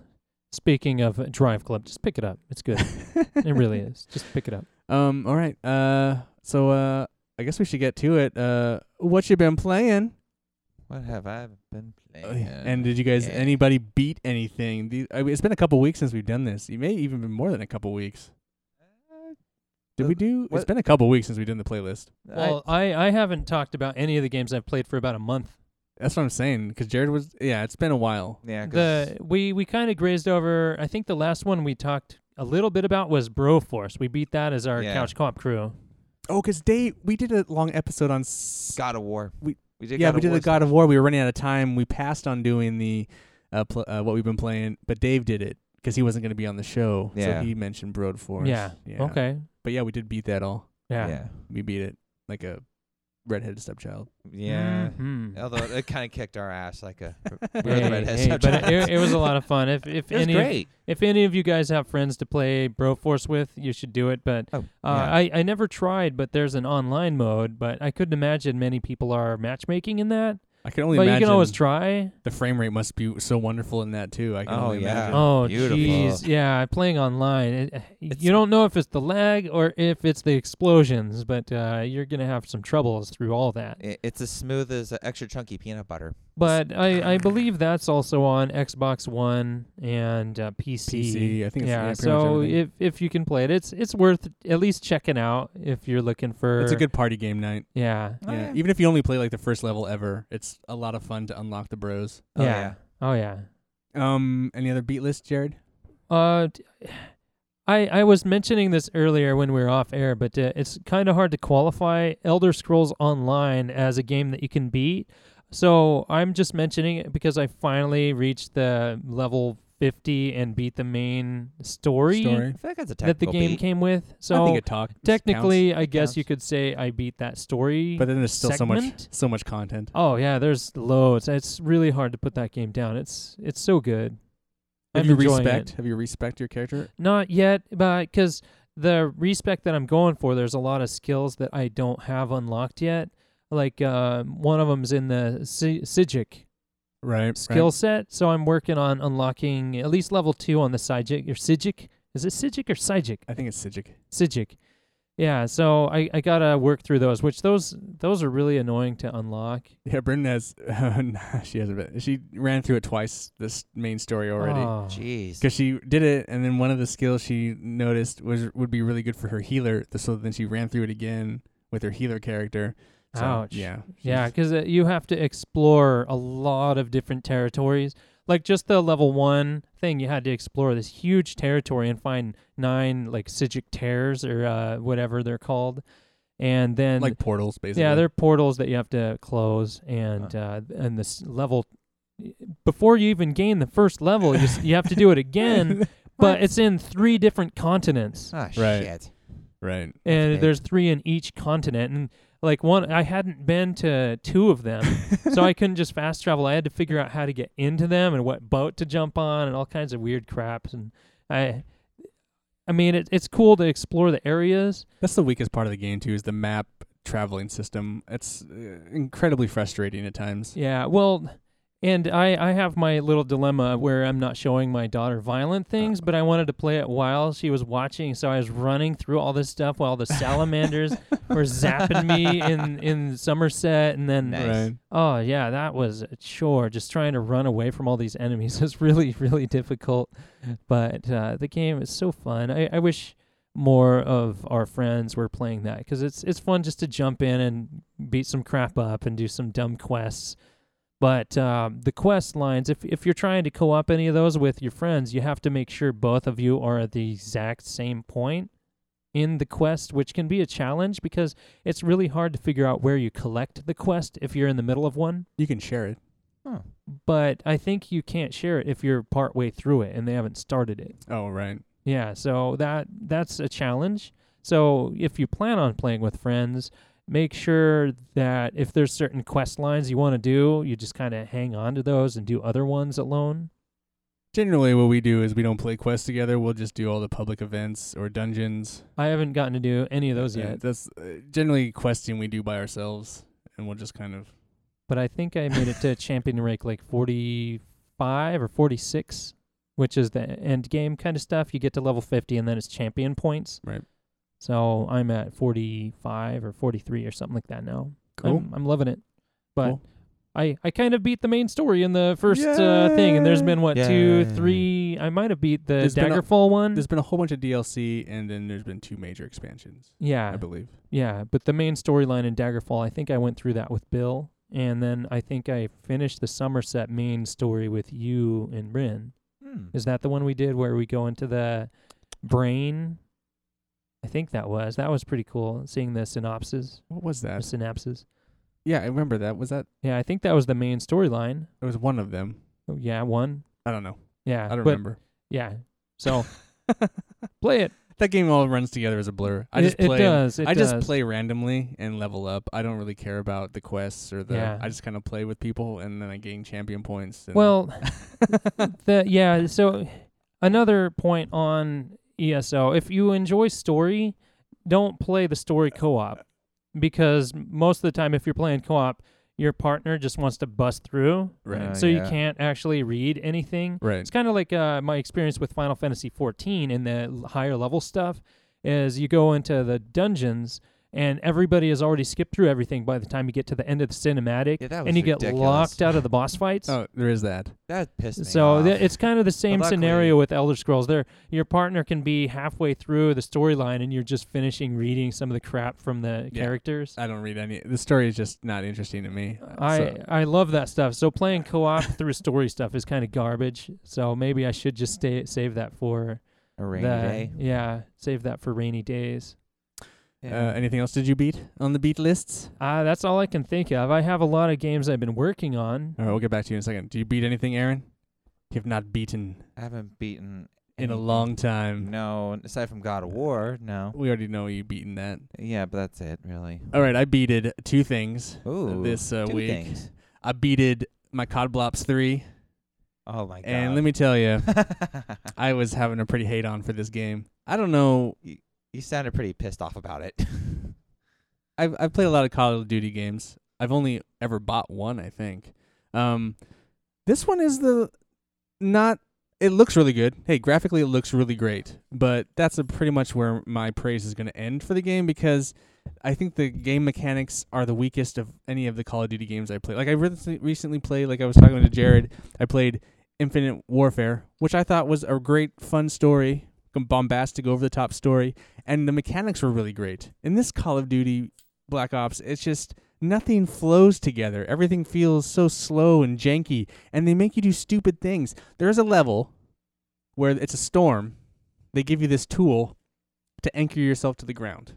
B: speaking of uh, Drive Club, just pick it up. It's good. it really is. Just pick it up.
A: Um. All right. Uh. So. Uh. I guess we should get to it. Uh. What you been playing? Oh,
C: what have I been
B: Oh,
C: playing?
A: and did you guys?
C: yeah.
A: Anybody beat anything? The, I mean, it's been a couple weeks since we've done this. It may even been more than a couple weeks. Did
C: Uh,
A: we do? It's
C: what-
A: been a couple weeks since we did the playlist.
C: I-
B: Well, uh, I, I haven't talked about any of the games I've played for about a month.
A: That's what I'm saying. Because Jared was. Yeah. It's been a while.
C: yeah, 'cause
B: The we we kind of grazed over. I think the last one we talked a little bit about was Broforce. We beat that as our
C: Yeah.
B: couch co-op crew.
A: Oh, because Dave, we did a long episode on. S-
C: God of War.
A: We-
C: we did
A: yeah,
C: God
A: we
C: of
A: did
C: War
A: the God of War. We were running out of time. We passed on doing the, uh, pl- uh what we've been playing, but Dave did it because he wasn't going to be on the show.
C: Yeah.
A: So he mentioned Broad Force.
B: Yeah. Okay.
A: But yeah, we did beat that all.
B: Yeah.
C: Yeah,
A: We beat it like a redheaded stepchild.
C: yeah.
B: Mhm.
C: Although it kind of kicked our ass like a.
A: we
C: were the
B: Hey,
C: redheaded
B: hey, but
C: stepchild.
B: it, it was a lot of fun. If if
C: It was
B: any of-
C: great.
B: if any of you guys have friends to play Broforce with, you should do it. But
C: Oh,
B: Uh, I, I never tried, but there's an online mode, but I couldn't imagine many people are matchmaking in that.
A: I can only
B: but you
A: imagine
B: can always try.
A: the frame rate must be so wonderful in that too. I can
C: Oh,
A: only
C: yeah.
A: imagine.
B: Oh,
C: Beautiful.
B: jeez. Yeah, playing online. It, eh,
C: It's-
B: you don't know if it's the lag or if it's the explosions, but uh, you're going to have some troubles through all that.
C: I- it's as smooth as uh, extra chunky peanut butter.
B: But I, I believe that's also on Xbox One and uh, PC.
A: PC. I think it's yeah,
B: yeah,
A: pretty much
B: so
A: everything.
B: if, if you can play it, it's it's worth at least checking out if you're looking for.
A: it's a good party game night.
B: Yeah.
C: Oh,
A: yeah.
C: yeah.
A: Even if you only play like the first level ever, it's a lot of fun to unlock the bros.
C: Oh,
B: yeah. Oh, yeah.
A: Um, any other beat list, Jared?
B: Uh, t- I I was mentioning this earlier when we were off air, but uh, it's kind of hard to qualify Elder Scrolls Online as a game that you can beat. So I'm just mentioning it because I finally reached the level 50 and beat the main story,
C: I feel like that's a
B: that the
C: technical
B: game
C: beat.
B: came with.
A: I think
B: So
A: it talk counts.
B: technically, I guess you
C: Counts.
B: could say I beat that story.
A: but then there's still so much,
B: segment?
A: so much content.
B: oh yeah, there's loads. It's really hard to put that game down. It's it's so good.
A: Have
B: I'm
A: you
B: enjoying it.
A: respect? Have you respect your character?
B: Not yet, but because the respec that I'm going for, there's a lot of skills that I don't have unlocked yet. Like uh, one of them's in the Si- Sijic
A: Right.
B: skill set, so I'm working on unlocking at least level two on the Sijic or Sijic. Is it Sijic or Sijic?
A: I think it's Sijic.
B: Sijic. Yeah, so I, I gotta work through those, which those those are really annoying to unlock.
A: Yeah, Brendan has. nah, she hasn't. Been, she ran through it twice. This main story already.
B: Oh.
C: Jeez.
A: because she did it, and then one of the skills she noticed was would be really good for her healer. th- So then she ran through it again with her healer character. So,
B: Ouch.
A: Yeah.
B: Yeah,
A: she's-
B: because uh, you have to explore a lot of different territories. like just the level one thing you had to explore this huge territory and find nine like Sijic tears or uh, whatever they're called and then
A: like portals, basically.
B: yeah, there are portals that you have to close, and uh, and this level before you even gain the first level, you s- you have to do it again, but it's in three different continents,
C: Ah,
A: Right.
C: shit.
A: right.
B: and
C: big.
B: there's three in each continent, and like one, I hadn't been to two of them, so I couldn't just fast travel. I had to figure out how to get into them and what boat to jump on, and all kinds of weird craps, and I. I mean, it, it's cool to explore the areas,
A: That's the weakest part of the game too is the map traveling system. It's uh, incredibly frustrating at times.
B: Yeah, well, and I I have my little dilemma where I'm not showing my daughter violent things, but I wanted to play it while she was watching, so I was running through all this stuff while the salamanders were zapping me in in Somerset, and then
C: Nice.
A: Right.
B: oh yeah, that was a chore. Just trying to run away from all these enemies was really really difficult, but uh, the game is so fun. I I wish. More of our friends were playing that because it's it's fun just to jump in and beat some crap up and do some dumb quests but um, the quest lines, if, if you're trying to co op any of those with your friends, you have to make sure both of you are at the exact same point in the quest, which can be a challenge because it's really hard to figure out where you collect the quest if you're in the middle of one.
A: You can share it.
C: Huh.
B: But I think you can't share it if you're part way through it and they haven't started it.
A: Oh, right.
B: Yeah, so that that's a challenge. So if you plan on playing with friends, make sure that if there's certain quest lines you want to do, you just kind of hang on to those and do other ones alone.
A: Generally, what we do is we don't play quests together. We'll just do all the public events or dungeons.
B: I haven't gotten to do any of those
A: Uh,
B: yet,
A: That's uh, generally questing we do by ourselves, and we'll just kind of.
B: but I think I made it to champion rank like 45 or 46, which is the end game kind of stuff. You get to level 50 and then it's champion points.
A: Right.
B: So I'm at 45 or 43 or something like that now.
A: Cool.
B: I'm, I'm loving it. But
A: Cool.
B: I, I kind of beat the main story in the first uh, thing, and there's been what two,
C: Yay.
B: three. I might have beat the
A: There's been a-
B: Daggerfall one.
A: There's been a whole bunch of DLC, and then there's been two major expansions, I
B: yeah,
A: believe.
B: yeah. But the main storyline in Daggerfall, I think I went through that with Bill, and then I think I finished the Somerset main story with you and Bryn.
C: Hmm.
B: Is that the one we did where we go into the brain? I think that was that was pretty cool. Seeing the synopses,
A: What was
B: the
A: that?
B: synapses.
A: Yeah, I remember that. Was that?
B: Yeah, I think that was the main storyline.
A: It was one of them.
B: Oh, Yeah, one.
A: I don't know.
B: Yeah,
A: I don't
B: but-
A: remember.
B: Yeah. So play it.
A: That game all runs together as a blur. I
B: It-
A: just play
B: It does. It
A: I
B: does.
A: just play randomly and level up. I don't really care about the quests or the.
B: Yeah.
A: I just kind of play with people and then I gain champion points. And
B: Well, the yeah. So another point on ESO: if you enjoy story, don't play the story co-op because most of the time, if you're playing co-op, your partner just wants to bust through,
A: right,
C: Uh,
B: so you
C: yeah.
B: can't actually read anything.
A: right,
B: It's kind of like uh, my experience with Final Fantasy 14 and the l- higher level stuff is you go into the dungeons and everybody has already skipped through everything by the time you get to the end of the cinematic
C: Yeah, that was
B: and you get
C: ridiculous.
B: locked out of the boss fights.
A: oh, there is that.
C: That pissed me
B: So
C: off.
B: th- it's kind of the same
C: luckily-
B: scenario with Elder Scrolls. There, your partner can be halfway through the storyline, and you're just finishing reading some of the crap from the
A: Yeah.
B: characters.
A: I don't read any. The story is just not interesting to me.
B: I
A: Uh,
C: uh,
A: So-
B: I love that stuff. So playing co-op through story stuff is kind of garbage. So maybe I should just stay save that for
C: a rainy
B: the-
C: day.
B: Yeah, save that for rainy days.
A: uh, anything else did you beat on the beat lists?
B: Uh, that's all I can think of. I have a lot of games I've been working on.
A: All right, we'll get back to you in a second. Do you beat anything, Aaron? You have not beaten
C: I haven't beaten
A: in a
C: anything.
A: long time.
C: No, aside from God of War, no.
A: We already know you've beaten that.
C: Yeah, but that's it, really.
A: All right, I beated two things
C: Ooh,
A: this uh,
C: two
A: week.
C: things.
A: I beated my Codblops 3,
C: Oh my god.
A: and let me tell you,
C: me.
A: I was having a pretty hate on for this game. I don't know.
C: you sounded pretty pissed off about it.
A: I've I've played a lot of Call of Duty games. I've only ever bought one, I think. Um, this one is the not. It looks really good. Hey, graphically, it looks really great. But that's a pretty much where my praise is going to end for the game because I think the game mechanics are the weakest of any of the Call of Duty games I play. Like I re- recently played, like I was talking to Jared, I played Infinite Warfare, which I thought was a great, fun story, bombastic, over the top story, and the mechanics were really great. In this Call of Duty Black Ops, it's just nothing flows together. Everything feels so slow and janky, and they make you do stupid things. There's a level where it's a storm. They give you this tool to anchor yourself to the ground.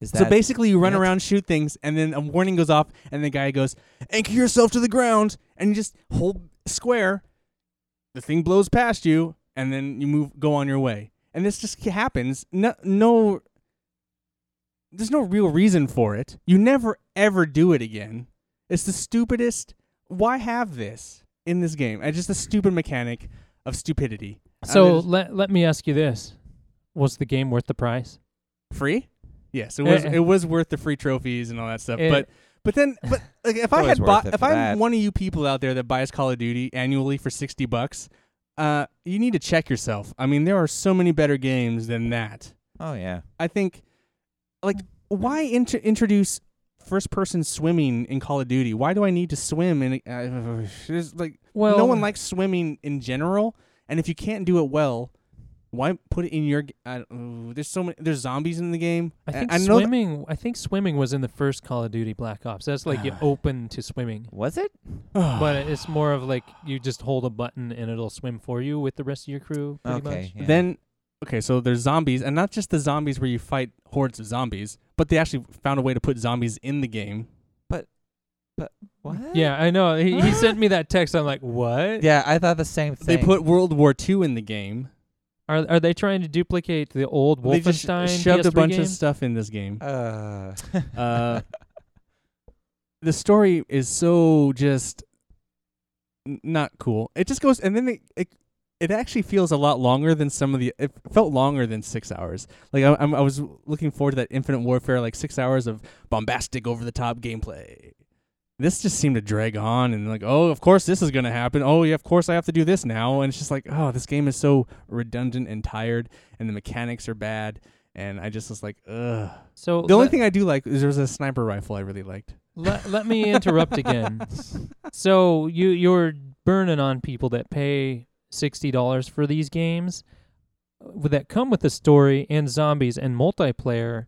C: Is
A: So basically, you run
C: it?
A: around, shoot things, and then a warning goes off, and the guy goes, "Anchor yourself to the ground," and you just hold square. The thing blows past you, and then you move, go on your way, and this just happens. No, no, there's no real reason for it. You never ever do it again. It's the stupidest. Why have this in this game? It's just a stupid mechanic of stupidity. I
B: So
A: mean,
B: let let me ask you this: Was the game worth the price?
A: free? Yes, it was.
B: Eh.
A: It was worth the free trophies and all that stuff,
B: Eh,
A: Uh, but. But then, but like, if I
C: always
A: had
C: worth
A: bought,
C: it
A: if
C: for
A: I'm
C: that.
A: one of you people out there that buys Call of Duty annually for sixty bucks, uh, you need to check yourself. I mean, there are so many better games than that.
C: Oh yeah.
A: I think, like, why inter- introduce first-person swimming in Call of Duty? Why do I need to swim? And uh, there's, like,
B: well,
A: no one likes swimming in general. And if you can't do it well, why put it in your? g- I don't- ooh, there's so many. There's zombies in the game.
B: I think
A: know th-
B: swimming. I think swimming was in the first Call of Duty Black Ops. That's like you
A: Ah.
B: open to swimming,
C: Was it?
B: but it's more of like you just hold a button and it'll swim for you with the rest of your crew. Pretty
C: okay.
B: much.
C: yeah.
A: Then okay, so there's zombies, and not just the zombies where you fight hordes of zombies, but they actually found a way to put zombies in the game.
C: what?
B: Yeah, I know. He, he
C: Huh?
B: sent me that text. I'm like, what?
C: Yeah, I thought the same thing.
A: They put World War II in the game.
B: Are are they trying to duplicate the old
A: they just sh-
B: Wolfenstein
A: shoved a
B: PS3
A: bunch
B: game?
A: of stuff in this game.
C: Uh,
A: Uh, the story is so just n- not cool. It just goes, and then it, it it actually feels a lot longer than some of the. It felt longer than six hours. Like I, I'm, I was looking forward to that Infinite Warfare, like six hours of bombastic, over the top gameplay. This just seemed to drag on, and like, oh, of course this is gonna happen. Oh yeah, of course I have to do this now, and it's just like, oh, this game is so redundant and tired, and the mechanics are bad, and I just was like, ugh.
B: So
A: The only
B: let-
A: thing I do like is there's a sniper rifle I really liked.
B: let, let me interrupt again. So you you're burning on people that pay sixty dollars for these games uh, that come with a story and zombies and multiplayer,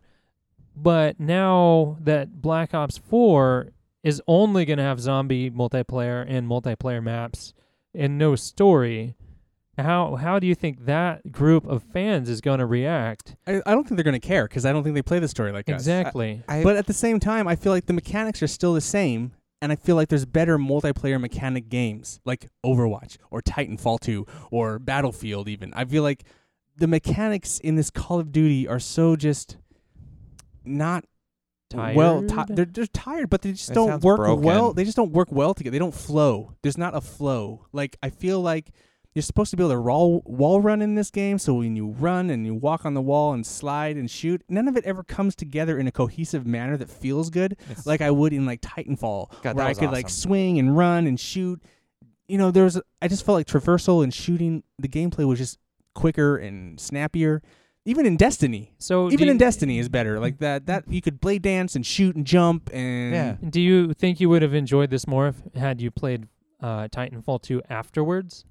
B: but now that Black Ops Four is only going to have zombie multiplayer and multiplayer maps and no story. How how do you think that group of fans is going to react?
A: I, I don't think they're gonna care because I don't think they play the story like us.
B: Exactly.
C: I,
A: But at the same time, I feel like the mechanics are still the same, and I feel like there's better multiplayer mechanic games like Overwatch or Titanfall 2 or Battlefield. Even I feel like the mechanics in this Call of Duty are so just not well. Ti-
B: Tired?
A: they're they're tired, but they just
C: That
A: don't
C: sounds
A: work well.
C: broken.
A: They just don't work well together. They don't flow. There's not a flow. Like I feel like you're supposed to be able to wall wall run in this game. So when you run and you walk on the wall and slide and shoot, none of it ever comes together in a cohesive manner that feels good,
C: It's-
A: like I would in like Titanfall,
C: God, that
A: where I
C: was
A: could like
C: awesome.
A: swing and run and shoot. You know, there was I just felt like traversal and shooting. The gameplay was just quicker and snappier. Even in Destiny,
B: So do
A: even in
B: you-
A: Destiny is better. Like that, that you could play dance and shoot and jump and
C: Yeah.
B: Do you think you would have enjoyed this more if had you played uh, Titanfall 2 afterwards?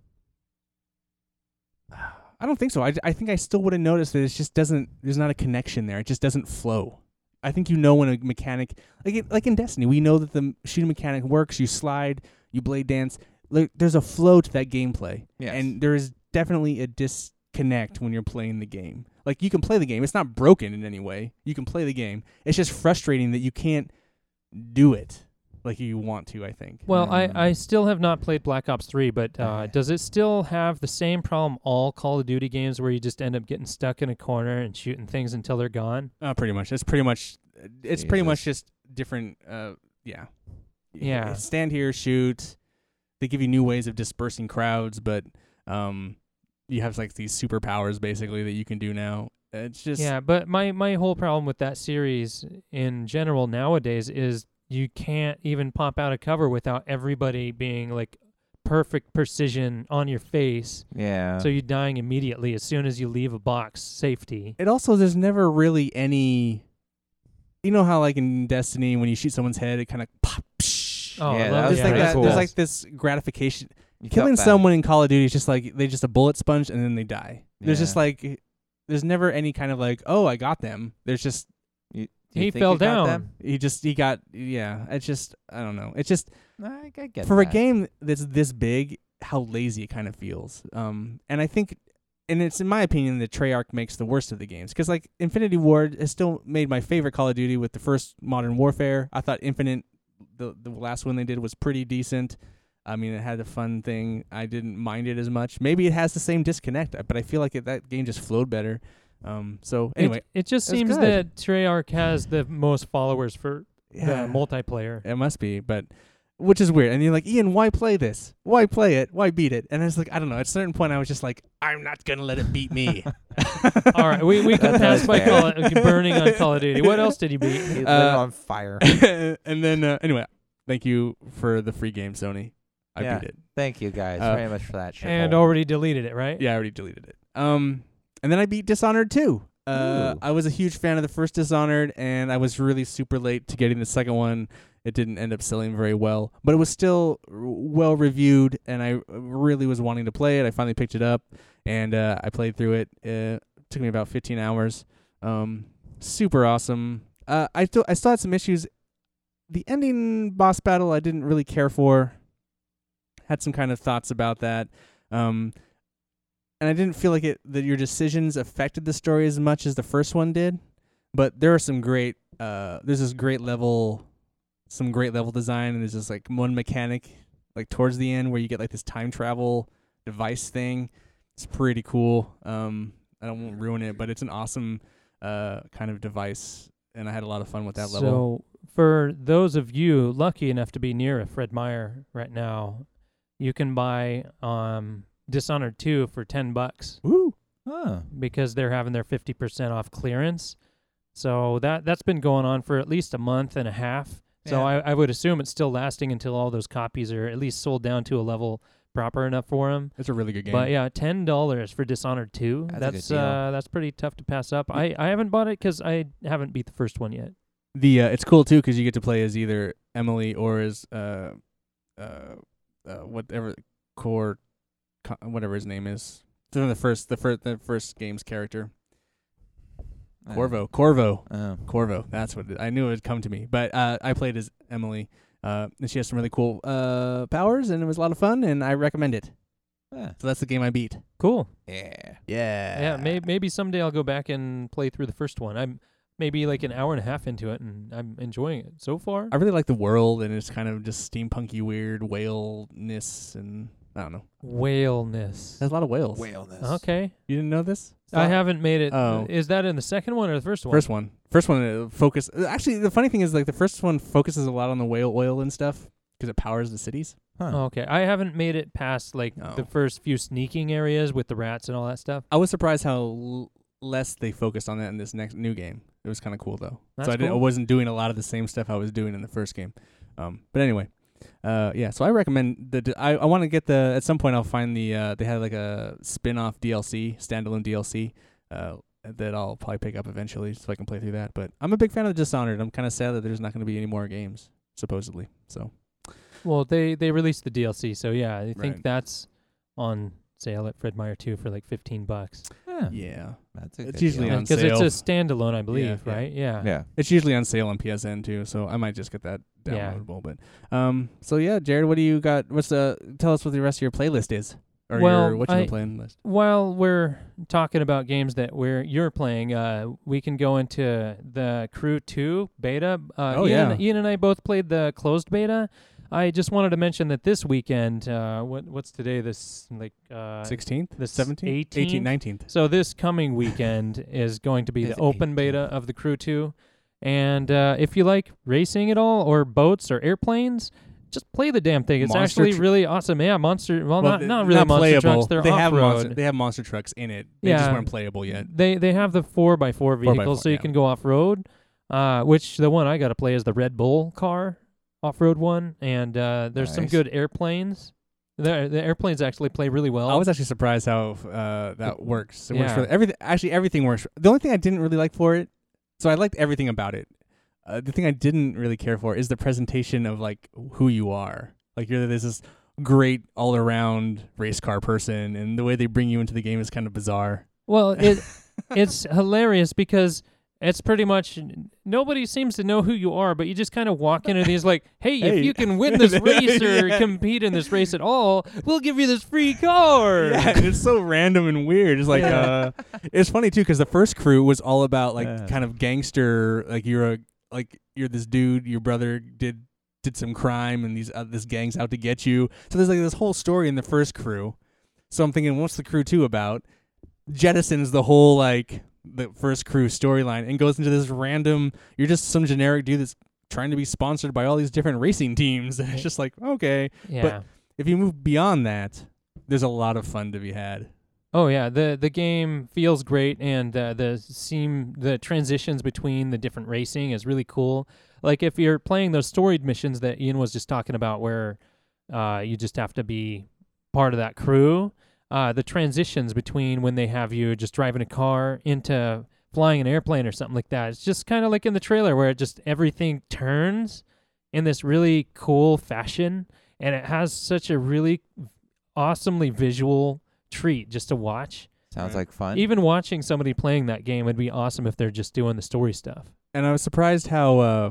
A: I don't think so. I, I think I still would have noticed that it just doesn't. There's not a connection there. It just doesn't flow. I think you know when a mechanic like it, like in Destiny, we know that the m- shooting mechanic works. You slide, you blade dance. Like, there's a flow to that gameplay.
C: Yes.
A: And there is definitely a disconnect when you're playing the game. Like you can play the game. It's not broken in any way. You can play the game. It's just frustrating that you can't do it like you want to, I think.
B: Well,
C: Mm.
B: I, I still have not played Black Ops 3, but uh, does it still have the same problem all Call of Duty games where you just end up getting stuck in a corner and shooting things until they're gone?
A: Uh, pretty much. It's pretty much. It's pretty
C: Jesus.
A: much just different. Uh, yeah.
B: Yeah.
A: Stand here, shoot. They give you new ways of dispersing crowds, but um, you have like these superpowers basically that you can do now. It's just
B: yeah, but my, my whole problem with that series in general nowadays is you can't even pop out of cover without everybody being like perfect precision on your face.
C: yeah.
B: So you're dying immediately as soon as you leave a box safety.
A: It also there's never really any. You know how like in Destiny when you shoot someone's head, it kind of pop. psh.
B: Oh,
C: Yeah,
B: I
C: that
B: love
A: There's
C: was
B: that.
A: like
C: pretty
A: that.
C: cool.
A: There's like this gratification.
C: You felt
A: Killing
C: bad.
A: someone in Call of Duty is just like they just a bullet sponge and then they die. There's
C: Yeah.
A: just like there's never any kind of like oh I got them. There's just
C: You, You
B: he
C: think
B: fell
C: you got
B: down.
A: He just he got yeah. It's just I don't know. It's just
C: them? I, I get
A: for a
C: that.
A: game that's this big, how lazy it kind of feels. Um, and I think, and it's in my opinion that Treyarch makes the worst of the games because like Infinity Ward has still made my favorite Call of Duty with the first Modern Warfare. I thought Infinite, the the last one they did was pretty decent. I mean, it had a fun thing. I didn't mind it as much. Maybe it has the same disconnect, but I feel like it, that game just flowed better. Um, so
B: It-
A: anyway,
B: it, just
A: it was
B: seems
A: good.
B: that Treyarch has the most followers for
A: yeah.
B: the multiplayer.
A: It must be, but which is weird. And you're like, Ian, why play this? Why play it? Why beat it? And it's like, I don't know. At a certain point, I was just like, I'm not gonna let it beat me.
B: All right, we we got
C: That's
B: passed by
C: fair.
B: Call of- burning on Call of Duty. What else did he beat?
C: He lit
A: Uh,
C: on fire.
A: and then uh, anyway, thank you for the free game, Sony. I
C: Yeah.
A: beat it.
C: Thank you guys
A: uh,
C: very much for that.
B: And
C: shithole.
B: already deleted it, right?
A: Yeah, I already deleted it. Um, and then I beat Dishonored too. Uh,
C: Ooh.
A: I was a huge fan of the first Dishonored, and I was really super late to getting the second one. It didn't end up selling very well, but it was still r- well reviewed, and I really was wanting to play it. I finally picked it up, and uh, I played through it. It took me about 15 hours. Um, super awesome. Uh, I still I still had some issues. The ending boss battle I didn't really care for. Had some kind of thoughts about that. Um, and I didn't feel like it that your decisions affected the story as much as the first one did. But there are some great uh there's this great level some great level design and there's this like one mechanic like towards the end where you get like this time travel device thing. It's pretty cool. Um I don't won't ruin it, but it's an awesome uh kind of device and I had a lot of fun with that level.
B: So, for those of you lucky enough to be near a Fred Meyer right now, you can buy um, Dishonored 2 for 10 bucks
A: Woo.
C: Huh.
B: because they're having their 50% off clearance. So that that's been going on for at least a month and a half. So
C: Yeah.
B: I, I would assume it's still lasting until all those copies are at least sold down to a level proper enough for them.
A: It's a really good game.
B: But yeah, ten dollars for Dishonored Two.
C: That's a
B: That's,
C: good deal.
B: uh that's pretty tough to pass up. I I haven't bought it because I haven't beat the first one yet.
A: The uh, it's cool too 'cause you get to play as either Emily or as uh uh, uh whatever core co- whatever his name is. The the first the first the first game's character
C: Uh,
A: Corvo Corvo
C: Oh.
A: Corvo. That's what it, I knew it would come to me. But uh, I played as Emily. Uh, and she has some really cool uh powers, and it was a lot of fun, and I recommend it.
C: uh, Yeah.
A: So that's the game I beat.
B: Cool.
C: Yeah.
A: Yeah.
C: Ah.
B: yeah, may, maybe someday I'll go back and play through the first one. I'm maybe like an hour and a half into it, and I'm enjoying it so far.
A: I really like the world, and it's kind of just steampunky, weird whaleness, and I don't know.
B: Whaleness.
A: There's a lot of whales.
C: Whaleness.
B: Okay,
A: You didn't know this?
B: I haven't made it.
A: Oh.
B: Is that in the second one or the first one?
A: First one. First one uh, focus. uh, Actually, the funny thing is, like, the first one focuses a lot on the whale oil and stuff because it powers the cities.
C: Huh.
B: Okay, I haven't made it past like
A: No.
B: the first few sneaking areas with the rats and all that stuff.
A: I was surprised how l- less they focused on that in this next new game. It was kind of cool though.
B: That's
A: so I, didn't, I
B: cool.
A: wasn't doing a lot of the same stuff I was doing in the first game. Um, but anyway, uh, yeah. So I recommend the. d- I, I want to get the. At some point, I'll find the. Uh, they had like a spin-off DLC, standalone DLC. Uh, that I'll probably pick up eventually, so I can play through that. But I'm a big fan of Dishonored. I'm kind of sad that there's not going to be any more games, supposedly. So
B: Well, they they released the DLC, so yeah, I think
A: Right.
B: that's on sale at Fred Meyer too for like fifteen bucks
C: Yeah.
A: yeah,
C: That's a
A: It's
C: good
A: usually
C: deal.
A: on
B: because it's
A: sale.
B: a standalone, I believe,
A: yeah.
B: right? Yeah.
C: Yeah.
A: it's usually on sale on PSN too. So I might just get that
B: Yeah.
A: downloadable. But um, so yeah, Jared, what do you got? What's the tell us what the rest of your playlist is, or
B: Well,
A: your what you've been
B: I-
A: playing list?
B: While we're talking about games that we're you're playing, uh, we can go into the Crew Two beta. Uh,
A: Oh,
B: Ian,
A: yeah.
B: Ian and I both played the closed beta. I just wanted to mention that this weekend, uh, what what's today? This like uh,
A: Sixteenth,
B: the
A: seventeenth,
B: 18th?
A: eighteenth, nineteenth.
B: So this coming weekend is going to be
C: Is
B: the open
C: 18th.
B: beta of the Crew 2. And uh, if you like racing at all, or boats, or airplanes, just play the damn thing. It's
A: Monster
B: actually
A: tr-
B: really awesome. Yeah, monster. Well, not
A: th-
B: not really monster
A: playable.
B: trucks. They're
A: they
B: off
A: have
B: road.
A: monster, they have monster trucks in it. They just
B: Yeah.
A: weren't playable yet.
B: They they have the four by four
A: by
B: vehicles, so
A: four,
B: you
A: yeah.
B: can go off road. Uh, which the one I got to play is the Red Bull car, off road one. And uh, there's some
C: Nice.
B: good airplanes. The the airplanes actually play really well.
A: I was actually surprised how uh, that works. It works for
B: Oh. Yeah.
A: everything. Actually, everything works. for- The only thing I didn't really like for it, so I liked everything about it. Uh, the thing I didn't really care for is the presentation of like who you are. Like you're this this great all around race car person, and the way they bring you into the game is kind of bizarre.
B: Well, it it's hilarious because It's pretty much nobody seems to know who you are, but you just kind of walk into these like, hey,
A: Hey.
B: if you can win this race or
A: Yeah.
B: compete in this race at all, we'll give you this free car.
A: Yeah, and it's so random and weird. It's like
B: Yeah.
A: uh, it's funny too because the first crew was all about like
C: Yeah.
A: kind of gangster, like you're a like you're this dude, your brother did did some crime, and these uh, this gang's out to get you. So there's like this whole story in the first crew. So I'm thinking, what's the crew two about? Jettisons the whole like the first crew storyline and goes into this random. You're just some generic dude that's trying to be sponsored by all these different racing teams. And it's just like okay,
B: Yeah.
A: if you move beyond that, there's a lot of fun to be had.
B: oh yeah. The the game feels great, and uh, the seam the transitions between the different racing is really cool. Like if you're playing those storied missions that Ian was just talking about, where uh, you just have to be part of that crew. Uh, the transitions between when they have you just driving a car into flying an airplane or something like that. It's just kind of like in the trailer where it just everything turns in this really cool fashion, and it has such a really awesomely visual treat just to watch.
C: Sounds
A: Right.
C: like fun.
B: Even watching somebody playing that game would be awesome if they're just doing the story stuff.
A: And I was surprised how uh,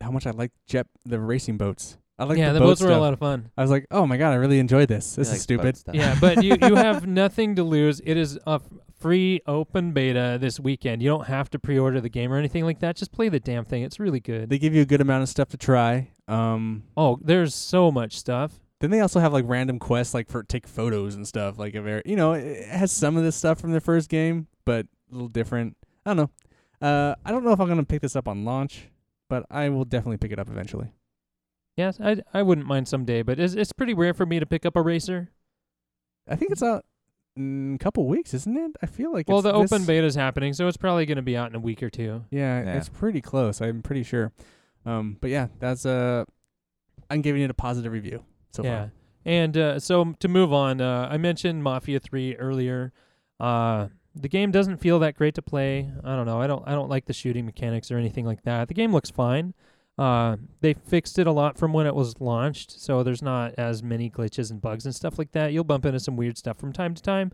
A: how much I liked jet the racing boats. I like
B: yeah,
A: the,
B: the,
A: boat
B: boats were a
A: stuff.
B: lot of fun.
A: I was like, oh my god, I really enjoyed this. This is
C: He likes boat
A: stupid.
C: stuff.
B: Yeah, but you, you have nothing to lose. It is a f- free open beta this weekend. You don't have to pre order the game or anything like that. Just play the damn thing. It's really good.
A: They give you a good amount of stuff to try. Um,
B: oh, there's so much stuff.
A: then they also have like random quests, like for take photos and stuff. Like a very, you know, it it has some of this stuff from the first game, but a little different. I don't know. Uh, I don't know if I'm gonna pick this up on launch, but I will definitely pick it up eventually.
B: Yes, I I wouldn't mind someday, but it's it's pretty rare for me to pick up a racer.
A: I think it's out in a couple weeks, isn't it? I feel like
B: well,
A: it's
B: the
A: this-
B: open beta's happening, so it's probably going to be out in a week or two.
A: Yeah,
C: Yeah.
A: it's pretty close. I'm pretty sure. Um, but yeah, that's uh, I'm giving it a positive review so
B: yeah.
A: far.
B: And uh, so m- to move on, uh, I mentioned Mafia 3 earlier. Uh, the game doesn't feel that great to play. I don't know. I don't I don't like the shooting mechanics or anything like that. The game looks fine. Uh, they fixed it a lot from when it was launched, so there's not as many glitches and bugs and stuff like that. You'll bump into some weird stuff from time to time,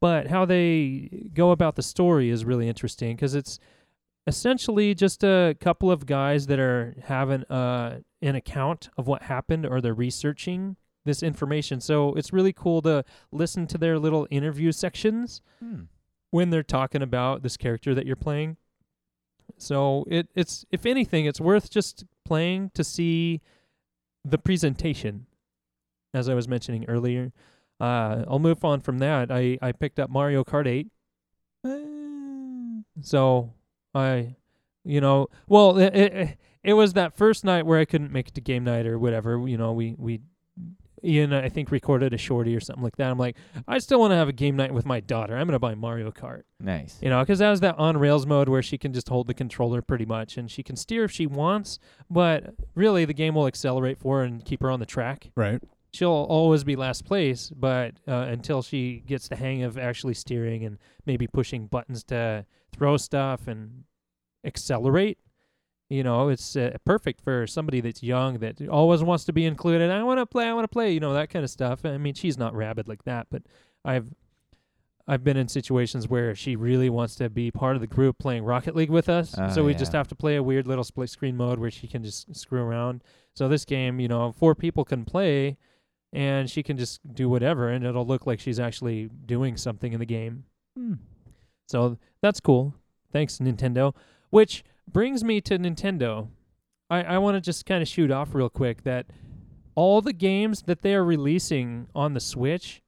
B: but how they go about the story is really interesting because it's essentially just a couple of guys that are having uh, an account of what happened or they're researching this information. So it's really cool to listen to their little interview sections
C: Hmm.
B: when they're talking about this character that you're playing. So it it's if anything, it's worth just playing to see the presentation, as I was mentioning earlier. Uh, I'll move on from that. I, I picked up Mario Kart 8. Uh, So I, you know, well, it, it, it was that first night where I couldn't make it to game night or whatever. You know, we, we, Ian, I think, recorded a shorty or something like that. I'm like, I still want to have a game night with my daughter. I'm going to buy Mario Kart.
C: Nice.
B: You know, because that was that on rails mode where she can just hold the controller pretty much and she can steer if she wants, but really the game will accelerate for her and keep her on the track.
A: Right.
B: She'll always be last place, but uh, until she gets the hang of actually steering and maybe pushing buttons to throw stuff and accelerate, you know, it's uh, perfect for somebody that's young that always wants to be included. I want to play, I want to play, you know, that kind of stuff. I mean, she's not rabid like that, but I've I've been in situations where she really wants to be part of the group playing Rocket League with us.
C: Oh,
B: so we just
C: yeah.
B: have to play a weird little split screen mode where she can just screw around. So this game, you know, four people can play and she can just do whatever and it'll look like she's actually doing something in the game. So that's cool. Thanks, Nintendo. Which brings me to Nintendo. I, I want to just kind of shoot off real quick that all the games that they are releasing on the Switch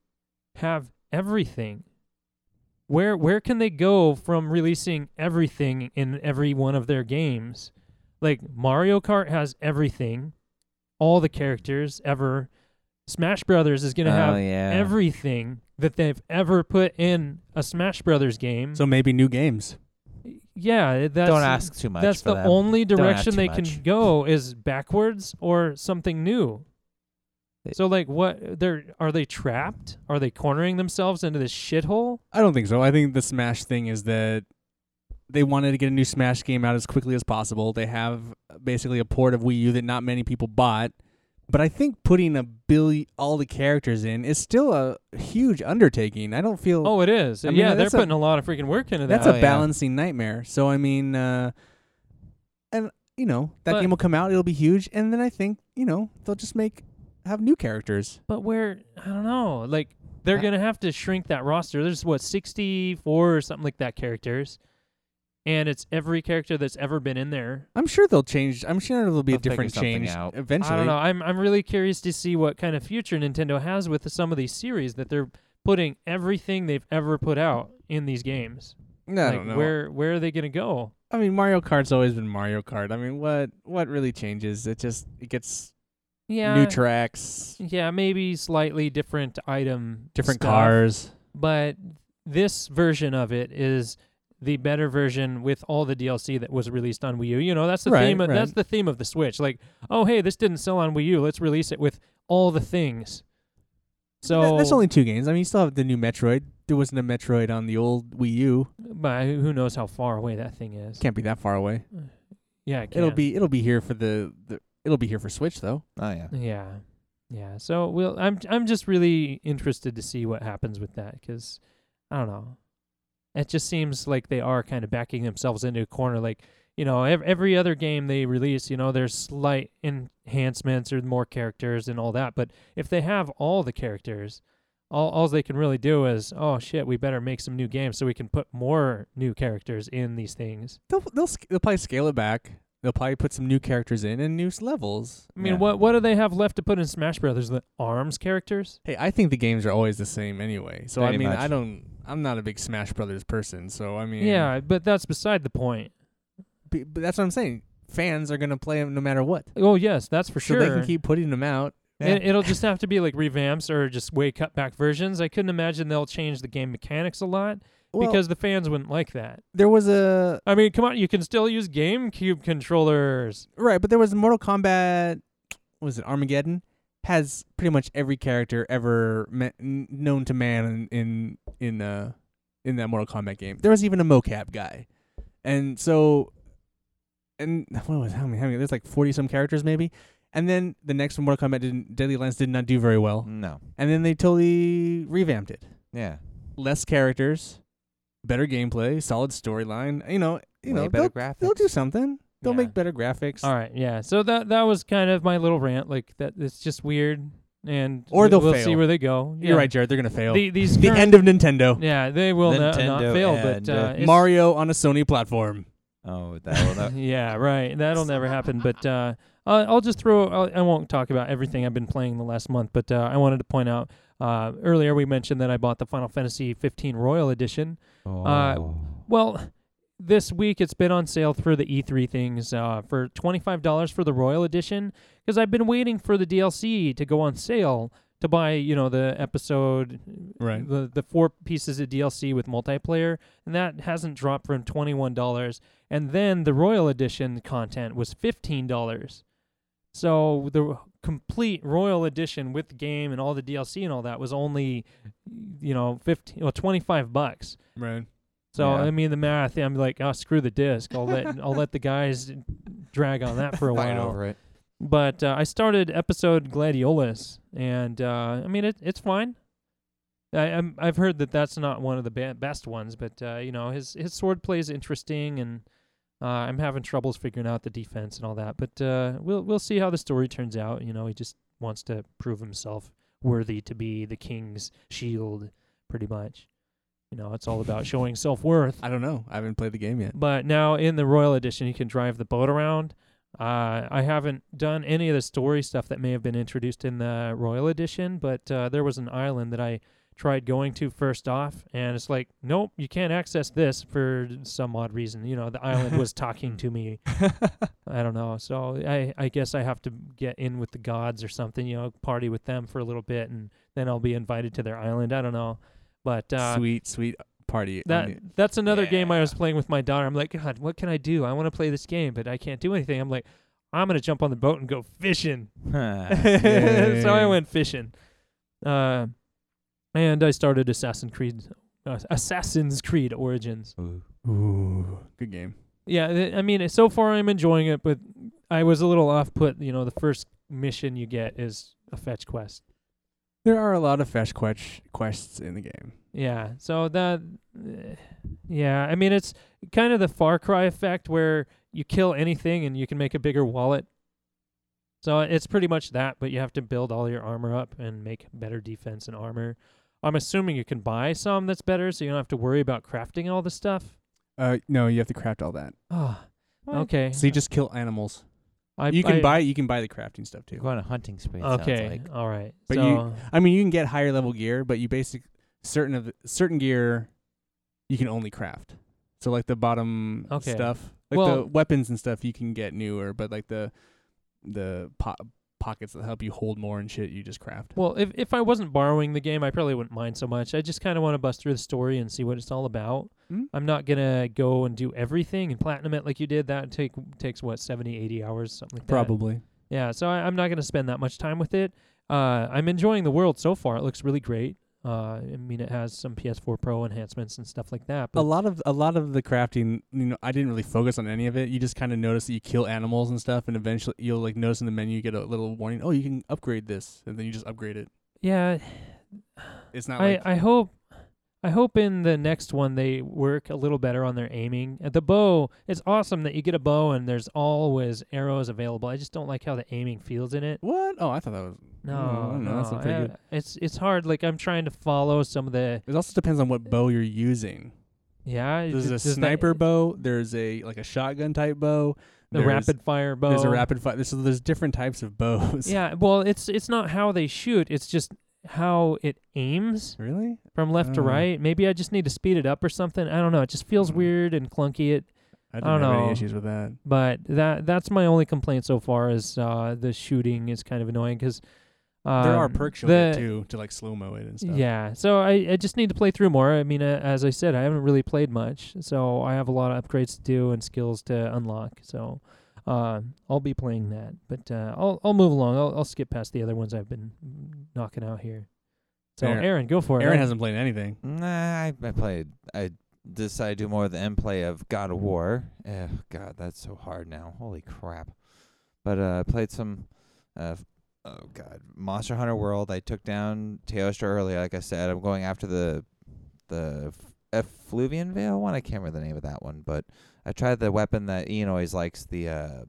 B: have everything. Where where can they go from releasing everything in every one of their games? Like Mario Kart has everything, all the characters ever. Smash Brothers is gonna
C: oh,
B: have
C: yeah.
B: everything that they've ever put in a Smash Brothers game.
A: So maybe new games.
B: yeah, that's
C: Don't ask too much.
B: that's
C: for
B: the
C: them.
B: only
C: ask
B: direction
C: too
B: they can
C: much.
B: go is backwards or something new.
C: They-
B: So like what they're are they trapped? Are they cornering themselves into this shithole?
A: I don't think so. I think the Smash thing is that they wanted to get a new uh, Smash game out as quickly as possible. They have basically a port of Wii U that not many people bought But I think putting a billy all the characters in is still a huge undertaking. I don't feel
B: Oh, it is.
A: I mean,
B: yeah, they're
A: that's a-
B: putting a lot of freaking work into that.
A: that's
C: Oh,
A: a
C: yeah.
A: balancing nightmare. So I mean, uh, and you know that
B: But-
A: game will come out, it'll be huge, and then I think you know they'll just make have new characters.
B: But where I don't know, like they're
A: I-
B: gonna have to shrink that roster. There's what sixty four or something like that characters, and it's every character that's ever been in there.
A: I'm sure they'll change. I'm sure there'll be a
C: They'll figure
A: different
C: something
A: change
C: out.
A: eventually.
B: I don't know. I'm I'm really curious to see what kind of future Nintendo has with some of these series that they're putting everything they've ever put out in these games.
A: No, I
B: like
A: don't know.
B: where where are they gonna go?
A: I mean, Mario Kart's always been Mario Kart. I mean, what what really changes? It just it gets
B: Yeah,
A: new tracks,
B: yeah, maybe slightly different item,
A: different
B: stuff.
A: cars.
B: but this version of it is the better version with all the DLC that was released on Wii U. You know, that's the
A: Right,
B: theme. Of, That's
A: right.
B: the theme of the Switch. Like, oh hey, this didn't sell on Wii U. Let's release it with all the things. So
A: That- that's only two games. I mean, you still have the new Metroid. There wasn't a Metroid on the old Wii U.
B: But who who knows how far away that thing is?
A: Can't be that far away.
B: yeah, it
A: It'll
B: can.
A: be it'll be here for the, the it'll be here for Switch though.
C: Oh yeah.
B: Yeah, yeah. So we'll. I'm. I'm just really interested to see what happens with that because I don't know. It just seems like they are kind of backing themselves into a corner. Like you know, ev- every other game they release, you know, there's slight enhancements or more characters and all that. But if they have all the characters. All, all they can really do is, oh shit, we better make some new games so we can put more new characters in these things.
A: They'll they'll sc- they'll probably scale it back. They'll probably put some new characters in and new s- levels.
B: I mean,
C: Yeah.
B: what what do they have left to put in Smash Brothers? The arms characters?
A: Hey, I think the games are always the same anyway. So I
C: Pretty
A: mean,
C: much.
A: I don't. I'm not a big Smash Brothers person. So I mean,
B: yeah, but that's beside the point.
A: b- but that's what I'm saying. Fans are gonna play them no matter what.
B: Oh yes, that's for sure.
A: So they can keep putting them out.
C: Yeah.
B: It, will just have to be like revamps or just way cut back versions. I couldn't imagine they'll change the game mechanics a lot
A: Well,
B: because the fans wouldn't like that.
A: there was a
B: I mean, come on, you can still use GameCube controllers.
A: right, but there was Mortal Kombat. what Was it Armageddon? Has pretty much every character ever me- n- known to man in in in, uh, in that Mortal Kombat game. There was even a mocap guy, and so and what was how many? How many? There's like forty some characters maybe. And then the next one, Mortal Kombat didn't, Deadly Alliance did not do very well.
C: No.
A: And then they totally revamped it.
C: Yeah.
A: Less characters, better gameplay, solid storyline. You know, you
C: Way
A: know,
C: better
A: they'll,
C: graphics.
A: they'll do something. They'll
B: Yeah.
A: make better graphics.
B: All right, yeah. So that that was kind of my little rant. Like that, it's just weird, and
A: Or
B: we-
A: they'll
B: we'll
A: fail.
B: see where they go.
A: You're
B: Yeah.
A: right, Jared. They're gonna fail. The,
B: The, these current-
A: end of Nintendo.
B: Yeah, they will no- not,
C: Nintendo
B: fail.
C: and,
B: But
C: uh,
B: uh, it's-
A: Mario on a Sony platform.
C: Oh, that will not.
B: yeah, right. That'll never happen. But uh, I'll, I'll just throw. I'll, I won't talk about everything I've been playing the last month. But uh, I wanted to point out uh, earlier we mentioned that I bought the Final Fantasy 15 Royal Edition.
C: Uh,
A: Oh.
B: Well, this week it's been on sale through the E3 things uh, for $25 for the Royal Edition because I've been waiting for the DLC to go on sale to buy. You know the episode
A: Right.
B: the the four pieces of DLC with multiplayer, and that hasn't dropped from twenty one dollars. And then the Royal Edition content was fifteen dollars. So the complete Royal Edition with the game and all the DLC and all that was only, you know, fifteen well twenty five bucks.
A: Right.
B: So
C: Yeah.
B: I mean the math, I'm like, oh screw the disc. I'll let I'll let the guys drag on that for a
C: Fight
B: while.
C: over it.
B: But uh, I started episode Gladiolus, and uh, I mean it, it's fine. I, I'm, I've heard that that's not one of the ba- best ones, but uh, you know his his sword play is interesting, and uh, I'm having troubles figuring out the defense and all that. But uh, we'll we'll see how the story turns out. You know he just wants to prove himself worthy to be the king's shield, pretty much. You know it's all about showing self worth.
A: I don't know. I haven't played the game yet.
B: But now in the Royal Edition, you can drive the boat around. Uh, I haven't done any of the story stuff that may have been introduced in the Royal Edition, but uh, there was an island that I tried going to first off, and it's like, nope, you can't access this for some odd reason. You know, the island was talking to me. I don't know. So I, I guess I have to get in with the gods or something, you know, party with them for a little bit, and then I'll be invited to their island. I don't know. But uh,
A: sweet, sweet party. on
B: that
A: the-
B: that's another game I was
C: Yeah.
B: playing with my daughter. I'm like, God, what can I do? I want to play this game, but I can't do anything. I'm like, I'm gonna jump on the boat and go fishing. so I
A: Yay.
B: went fishing, uh, and I started Assassin's Creed, uh, Assassin's Creed Origins.
C: Ooh.
A: Ooh, good game.
B: Yeah, th- I mean, so far I'm enjoying it, but I was a little off put. You know, the first mission you get is a fetch quest.
A: There are a lot of fetch quest- quests in the game.
B: Yeah. So that, eh, yeah. I mean, it's kind of the Far Cry effect where you kill anything and you can make a bigger wallet. So uh, it's pretty much that, but you have to build all your armor up and make better defense and armor. I'm assuming you can buy some that's better, so you don't have to worry about crafting all the stuff.
A: Uh, no, you have to craft all that.
B: Oh,
C: What?
B: okay.
A: So you just kill animals.
B: I,
A: you can
B: I-
A: buy you can buy the crafting stuff
C: You're
A: too.
C: going on a hunting spree. it sounds
B: Okay.
C: like.
B: All right.
A: But you-
B: so
A: I mean, you can get higher level gear, but you basic certain of the, certain gear you can only craft. So like the bottom
B: Okay.
A: stuff, like the
B: Well-
A: weapons and stuff, you can get newer, but like the the po- pockets that help you hold more and shit, you just craft.
B: Well, if if I wasn't borrowing the game, I probably wouldn't mind so much. I just kind of want to bust through the story and see what it's all about.
A: Hmm?
B: I'm not gonna go and do everything and platinum it like you did. That take takes what 70, 80 hours, something like that.
A: Probably.
B: Yeah, so I, I'm not gonna spend that much time with it. Uh, I'm enjoying the world so far. It looks really great. Uh, I mean, it has some PS4 Pro enhancements and stuff like that.
A: a
B: But
A: lot of a lot of the crafting you know i didn't really focus on any of it you just kind of notice that you kill animals and stuff and eventually you'll like notice in the menu you get a little warning oh you can upgrade this and then you just upgrade it
B: yeah,
A: it's not
B: I,
A: like
B: I hope I hope in the next one they work a little better on their aiming. Uh, The bow, it's awesome that you get a bow and there's always arrows available. I just don't like how the aiming feels in it.
A: what oh i thought that was
B: No,
A: no,
B: no,
A: Oh, that's not pretty
B: I-
A: good.
B: it's it's hard. Like I'm trying to follow some of the
A: it also depends on what bow you're using
B: yeah. it-
A: there's a
B: does that-
A: sniper bow there's a like a shotgun type bow
B: the
A: there's-
B: rapid fire bow.
A: there's a rapid fire so there's different types of bows
B: Yeah, well, it's it's not how they shoot. It's just how it aims
A: really
B: from left to
A: Oh.
B: right. Maybe I just need to speed it up or something. I don't know. It just feels
A: Mm.
B: weird and clunky. It
A: i didn't
B: don't
A: have
B: know.
A: any issues with that
B: but that that's my only complaint so far is uh, the shooting is kind of annoying because um,
A: there are perks you'll
B: the,
A: get too to like slow mo it and stuff
B: Yeah, so I, I just need to play through more. I mean, uh, as I said, I haven't really played much, so I have a lot of upgrades to do and skills to unlock. So uh, I'll be playing that, but uh, I'll I'll move along. I'll, I'll skip past the other ones I've been knocking out here. So
A: Aaron-
B: Aaron, go for it.
A: aaron hasn't played anything
C: Nah, I, I played. I decided to do more of the end play of God of War. Oh God, that's so hard now. Holy crap! But uh, I played some. Uh, f- oh God, Monster Hunter World. I took down Teostra earlier. Like I said, I'm going after the the f- Effluvian Veil one. I can't remember the name of that one, but I tried the weapon that Ian always likes, the uh,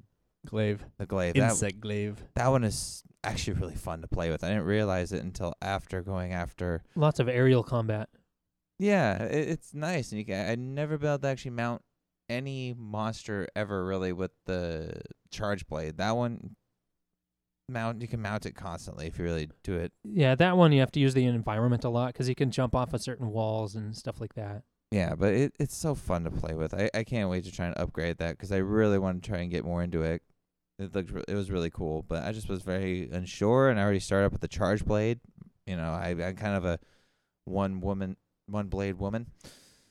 A: glaive
C: the glaive. That-
A: insect glaive
C: that one is actually really fun to play with. I didn't realize it until after going after
B: Lots of aerial combat.
C: Yeah, it, it's nice, and you can. I I'd never been able to actually mount any monster ever really with the charge blade. That one mount you can mount it constantly if you really do it.
B: Yeah, that one you have to use the environment a lot because you can jump off of certain walls and stuff like that.
C: Yeah, but it, it's so fun to play with. I, I can't wait to try and upgrade that because I really want to try and get more into it. It looked re- it was really cool, but I just was very unsure, and I already started up with the charge blade. You know, I I'm kind of a one woman, one blade woman.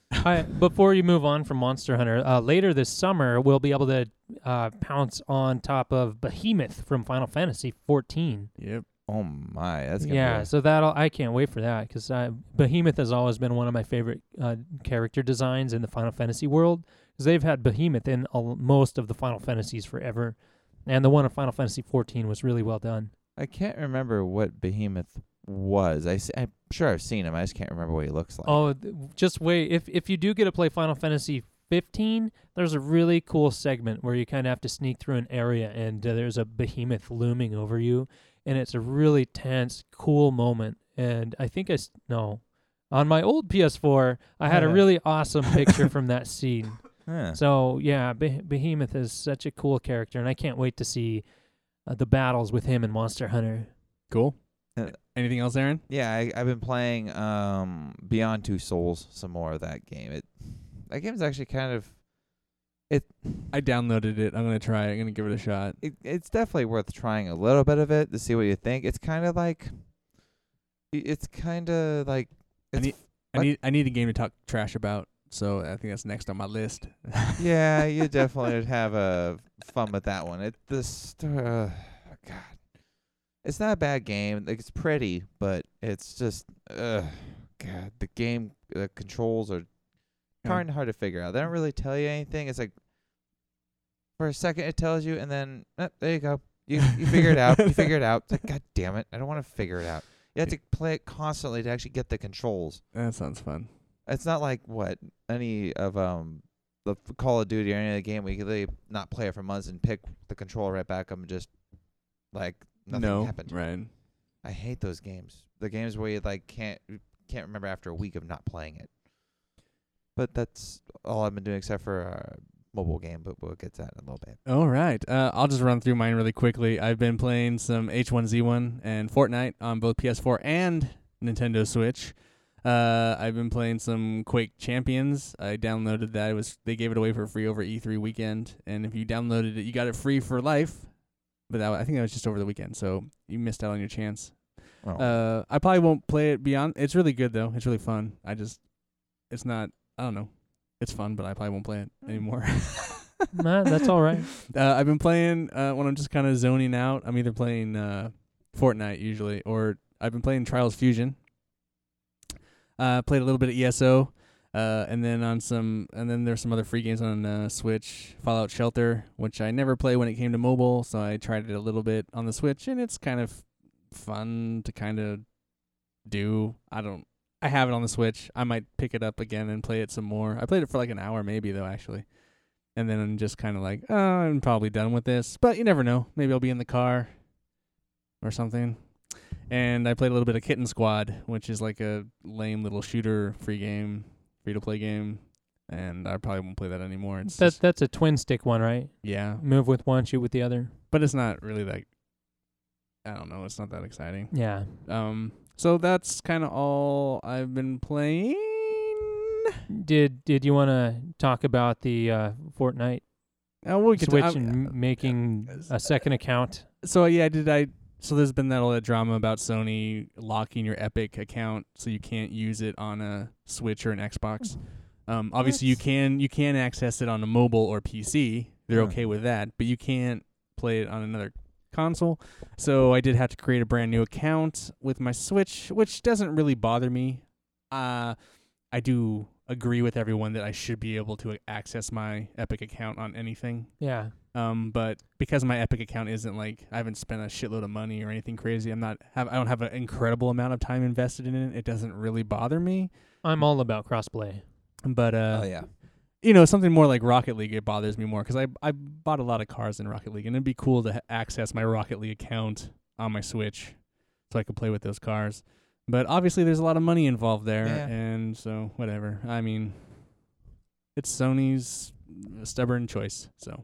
B: I, before you move on from Monster Hunter, uh, later this summer we'll be able to uh, pounce on top of Behemoth from Final Fantasy 14.
A: Yep.
C: Oh my, that's gonna
B: Yeah,
C: Be
B: so that'll I can't wait for that because Behemoth has always been one of my favorite uh, character designs in the Final Fantasy world because they've had Behemoth in al- most of the Final Fantasies forever, and the one in Final Fantasy 14 was really well done.
C: I can't remember what Behemoth was. I, am sure I've seen him. I just can't remember what he looks like.
B: Oh, th- just wait. If if you do get to play Final Fantasy 15, there's a really cool segment where you kind of have to sneak through an area and uh, there's a behemoth looming over you, and it's a really tense, cool moment. And I think I s- no, on my old PS4, I had a really awesome picture from that scene.
C: Huh.
B: So yeah, Beh Behemoth is such a cool character, and I can't wait to see uh, the battles with him in Monster Hunter.
A: Cool.
C: Uh,
A: Anything else, Aaron?
C: yeah, I, I've been playing um, Beyond Two Souls some more of that game. It that game's actually kind of it,
A: I downloaded it. I'm gonna try. it. I'm gonna give it a shot.
C: it. It's definitely worth trying a little bit of it to see what you think. It's kind of like i- it's kind of like
A: I
C: it's,
A: need- I
C: What?
A: need I need a game to talk trash about, so I think that's next on my list.
C: yeah, you definitely would have uh, fun with that one. It this uh, God, it's not a bad game. Like it's pretty, but it's just uh, God, the game the controls are
A: Yeah.
C: kind of hard to figure out. They don't really tell you anything. It's like for a second it tells you, and then uh, there you go. You you figure it out. You figure it out. It's like, God damn it! I don't want to figure it out. You have to play it constantly to actually get the controls.
A: That sounds fun.
C: It's not like what any of um the f- Call of Duty or any of the game where you could literally not play it for months and pick the control right back up and just like nothing
A: no,
C: happened.
A: right?
C: I hate those games. The games where you like can't can't remember after a week of not playing it. But that's all I've been doing except for a mobile game. But we'll get to that in a little bit.
A: All right. Uh, I'll just run through mine really quickly. I've been playing some H1Z1 and Fortnite on both PS4 and Nintendo Switch. Uh, I've been playing some Quake Champions. I downloaded that. It was they gave it away for free over E3 weekend, and if you downloaded it, you got it free for life. But that, wa- I think that was just over the weekend, so you missed out on your chance.
C: Oh.
A: Uh, I probably won't play it beyond. It's really good though. It's really fun. I just, it's not. I don't know. It's fun, but I probably won't play it anymore.
B: Nah, that's all right.
A: Uh, I've been playing uh, when I'm just kind of zoning out. I'm either playing uh, Fortnite usually, or I've been playing Trials Fusion. Uh, played a little bit of ESO, uh, and then on some, and then there's some other free games on uh, Switch. Fallout Shelter, which I never play when it came to mobile, so I tried it a little bit on the Switch, and it's kind of fun to kind of do. I don't. I have it on the Switch. I might pick it up again and play it some more. I played it for like an hour, maybe though, actually and then I'm just kind of like, oh, I'm probably done with this. But you never know. Maybe I'll be in the car or something. And I played a little bit of Kitten Squad, which is like a lame little shooter free game, free to play game. And I probably won't play that anymore. It's
B: That's
A: just-
B: that's a twin stick one, right?
A: yeah,
B: Move with one, shoot with the other.
A: but it's not really that. I don't know. It's not that exciting.
B: Yeah.
A: Um, so that's kind of all I've been playing.
B: Did did you want to talk about the uh, Fortnite
A: Uh, we'll get to-
B: switch
A: I'm-
B: and making a second account?
A: so yeah, did I? So there's been that all that drama about Sony locking your Epic account, so you can't use it on a Switch or an Xbox. Um, obviously, you
C: That's-
A: can you can access it on a mobile or PC. They're
C: Yeah.
A: okay with that, but you can't play it on another console. So I did have to create a brand new account with my Switch, which doesn't really bother me. Uh, I do agree with everyone that I should be able to access my Epic account on anything.
B: Yeah.
A: Um, but because my Epic account isn't like I haven't spent a shitload of money or anything crazy, I'm not have I don't have an incredible amount of time invested in it. It doesn't really bother me.
B: I'm all about crossplay.
A: But uh,
C: oh yeah.
A: you know, something more like Rocket League it bothers me more because I I bought a lot of cars in Rocket League, and it'd be cool to ha- access my Rocket League account on my Switch so I could play with those cars. But obviously, there's a lot of money involved there,
C: Yeah.
A: and so whatever. I mean, it's Sony's uh, stubborn choice, so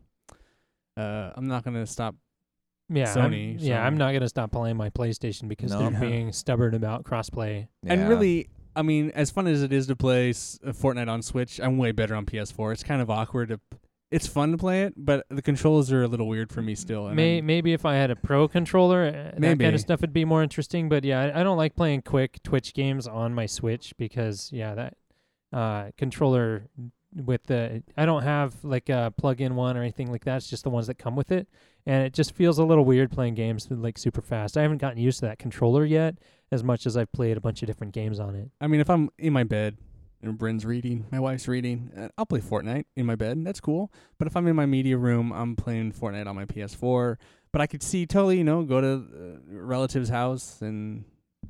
A: uh, I'm not gonna stop
B: Yeah. I'm-
A: Sony,
B: yeah,
A: Sony.
B: I'm not gonna stop playing my PlayStation because
C: No.
B: they're
A: Yeah.
B: being stubborn about crossplay.
A: And
C: Yeah.
A: really, I mean, as fun as it is to play s- uh, Fortnite on Switch, I'm way better on PS4. It's kind of awkward. To, p- it's fun to play it, but the controls are a little weird for me still. and
B: May,
A: I'm-
B: maybe if I had a pro controller, uh, that kind
A: Maybe.
B: of stuff would be more interesting. But yeah, I, I don't like playing quick Twitch games on my Switch because yeah, that uh, controller with the I don't have like a plug-in one or anything like that. It's just the ones that come with it, and it just feels a little weird playing games with, like super fast. I haven't gotten used to that controller yet, as much as I've played a bunch of different games on it.
A: I mean, if I'm in my bed and Bryn's reading, my wife's reading, uh, I'll play Fortnite in my bed. That's cool. But if I'm in my media room, I'm playing Fortnite on my PS4. But I could see totally, you know, go to uh, relative's house and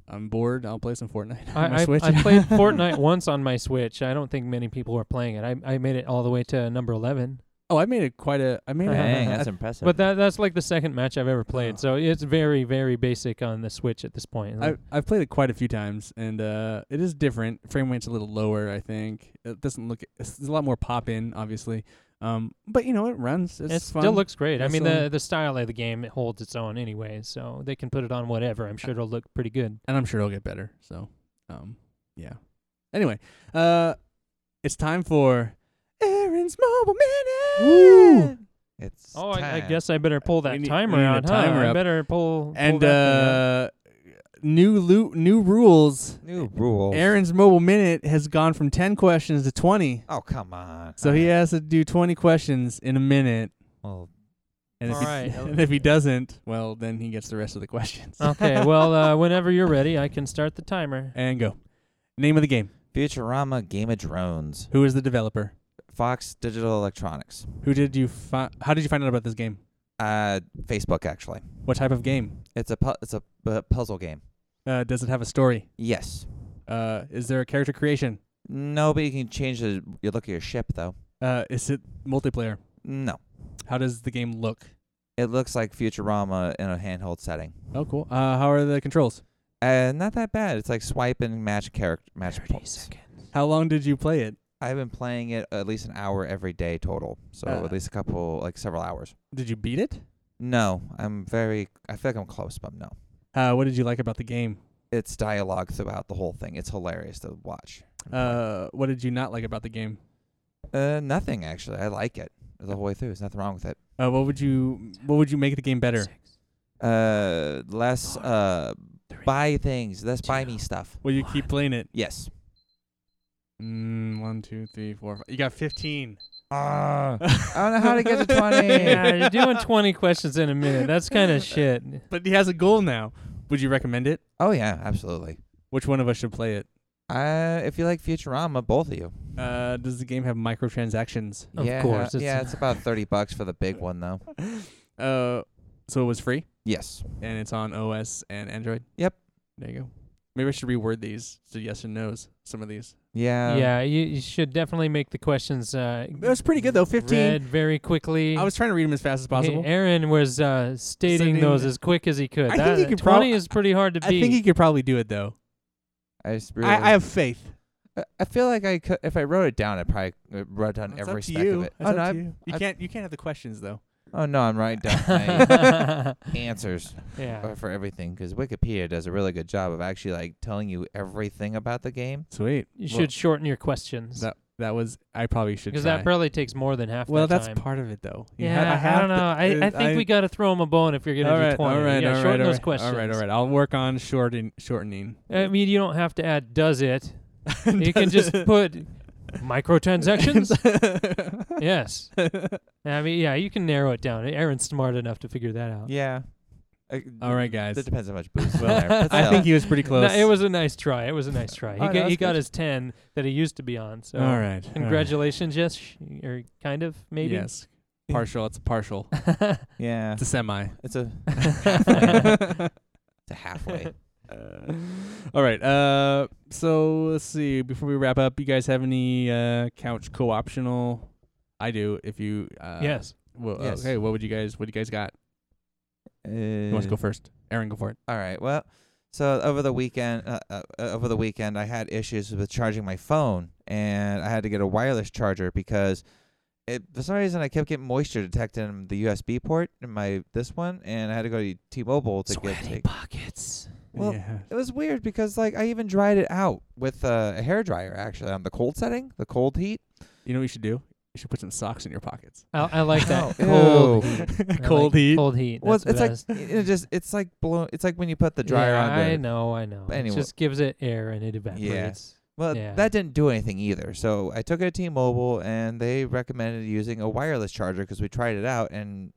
A: I'm bored. I'll play some Fortnite on my
B: I, I,
A: Switch.
B: I played Fortnite once on my Switch. I don't think many people were playing it. I, I made it all the way to number eleven.
A: oh, I made it quite a. I made it.
C: Dang,
A: a,
C: that's impressive.
B: But that that's like the second match I've ever played.
A: Oh.
B: So it's very very basic on the Switch at this point.
A: I, I've played it quite a few times, and uh, it is different. Frame rate's a little lower, I think. It doesn't look. It's, there's a lot more pop in, obviously. Um, but you know, it runs. It's
B: it
A: fun.
B: still looks great. I
A: It's
B: mean
A: fun.
B: the the style of the game it holds its own anyway, so they can put it on whatever. I'm sure it'll look pretty good.
A: and I'm sure it'll get better. So, um, yeah. Anyway, uh, it's time for Aaron's mobile minute.
C: it's
B: Oh, I, I
C: time.
B: guess I better pull
A: We
B: that
A: need-
B: timer
A: we need a
B: out. huh?
A: timer
B: I
A: up.
B: better pull. pull
A: And
B: that
A: uh, new lo- new rules.
C: new rules.
A: Aaron's mobile minute has gone from ten questions to twenty.
C: Oh come on.
A: So he
C: Alright.
A: has to do twenty questions in a minute.
C: Well,
A: And if,
B: All
A: he,
B: right.
A: and if he doesn't, well, then he gets the rest of the questions.
B: thing up. okay. Well, uh, whenever you're ready, I can start the timer.
A: And go. Name of the game.
C: Futurama Game of Drones.
A: Who is the developer?
C: Fox Digital Electronics.
A: Who did you fi- How did you find out about this game?
C: Uh, Facebook actually.
A: What type of game?
C: It's a pu- it's a uh, puzzle game.
A: Uh, does it have a story?
C: Yes.
A: Uh, is there a character creation?
C: No, but you can change the you look at your ship though.
A: Uh, is it multiplayer?
C: No,
A: How does the game look?
C: it looks like Futurama in a handheld setting.
A: Oh, cool. Uh, how are the controls?
C: Uh, not that bad. It's like swipe and match character match points.
A: How long did you play it?
C: I've been playing it at least an hour every day total, so
A: Uh.
C: at least a couple like several hours.
A: Did you beat it?
C: No, I'm very. I feel like I'm close, but no.
A: Uh, what did you like about the game?
C: It's dialogue throughout the whole thing. It's hilarious to watch. and play.
A: Uh, what did you not like about the game?
C: uh, nothing actually. I like it the whole way through. There's nothing wrong with it.
A: Uh, what would you What would you make the game better?
C: Uh, less
B: Four,
C: uh
B: three,
C: buy things. Less buy me
B: two,
C: stuff.
A: Will you keep
B: One.
A: playing it?
C: Yes.
A: Mm, one, two, three, four, five. You got fifteen.
C: Ah. I don't know how to get to 20.
B: yeah, you're doing 20 questions in a minute. That's kind of shit.
A: But he has a goal now. Would you recommend it?
C: Oh yeah, absolutely.
A: Which one of us should play it?
C: Uh, if you like Futurama, both of you.
A: Uh, does the game have microtransactions?
B: Of
C: yeah,
B: course, it's-
C: yeah, it's about thirty bucks for the big one though.
A: Uh, so it was free,
C: Yes.
A: and it's on OS and Android.
C: Yep.
A: There you go. Maybe I should reword these to yes and nos. Some of these.
C: Yeah.
B: yeah, you, you should definitely make the questions. Uh,
A: That Um, was pretty good, though, 15.
B: Read very quickly.
A: I was trying to read them as fast as
B: Hey,
A: possible.
B: Aaron was uh, stating
A: Sending-
B: those as quick as he could.
A: I think
B: That-
A: he could prob-
B: 20 is pretty hard to
A: I
B: beat.
A: think he could probably do it though.
C: I just really,
A: I, I have faith.
C: I- I feel like I could if I wrote it down, I probably uh, wrote down
A: That's
C: every
A: up to
C: speck
A: you.
C: of it.
A: That's
C: oh
A: up
C: no,
A: to
C: I'm-
A: you. You
C: I've-
A: can't. You can't have the questions though.
C: oh no, I'm writing down my answers
B: yeah.
C: uh, for everything because Wikipedia does a really good job of actually like telling you everything about the game.
A: Sweet.
B: You
A: Well-
B: should shorten your questions.
A: That that was. I probably should.
B: Because
A: Because
B: that probably takes more than half
A: Well,
B: the
A: that's
B: time.
A: part of it though. You
B: yeah,
A: ha-
B: I,
A: have
B: don't know.
A: to- uh,
B: I, I think we got to throw him a bone if you're going to
A: all
B: do
A: right,
B: 20.
A: all right,
B: yeah,
A: all right,
B: shorten
A: all
B: those
A: right, all
B: questions.
A: right, all right. I'll work on shorting, shortening.
B: I mean, you don't have to add does it. You can just put microtransactions. yes. I mean, yeah, you can narrow it down. Aaron's smart enough to figure that out.
C: Yeah. Uh,
A: All right, guys.
C: That depends how much booze is in
B: Well,
C: there. but
A: I
C: still.
A: think he was pretty
B: No,
A: close.
B: it was a nice try. It was a nice try. He,
C: Oh, no,
B: got, he
C: that's
B: got
C: good.
B: his 10 that he used to be on. So
A: all right. all right.
B: congratulations, yes, sh- or kind of, maybe.
A: Yes. Partial. It's a partial.
C: Yeah.
A: It's a semi.
C: It's a
B: yeah.
C: it's a halfway.
A: Uh, all right. Uh, so let's see. Before we wrap up, you guys have any uh, couch co-optional? I do. If you uh,
B: yes.
A: Well,
C: Yes.
A: okay. What would you guys? What do you guys got?
C: Uh,
A: Who wants to go first? Aaron, go for it.
C: All right. Well, so over the weekend, uh, uh, uh, over the weekend, I had issues with charging my phone, and I had to get a wireless charger because it, for some reason I kept getting moisture detected in the USB port in my this one, and I had to go to T-Mobile to get. Take,
B: pockets.
C: Well,
A: yeah.
C: it was weird because like I even dried it out with uh, a hair dryer actually on the cold setting, the cold heat.
A: You know what you should do? You should put some socks in your pockets.
B: I, I like that.
C: No.
B: Cold
C: Oh, Ew.
B: heat. I like
A: Cold heat.
B: Cold heat.
C: Well,
B: That's
C: it's like
B: best.
C: it it just it's like blown. It's like when you put the dryer
B: yeah,
C: on.
B: I
C: the-
B: know, I know.
C: But
B: It
C: anyway.
B: just gives it air and it evaporates.
C: Well,
B: Yeah.
C: that didn't do anything either. So I took it to T-Mobile, and they recommended using a wireless charger because we tried it out, and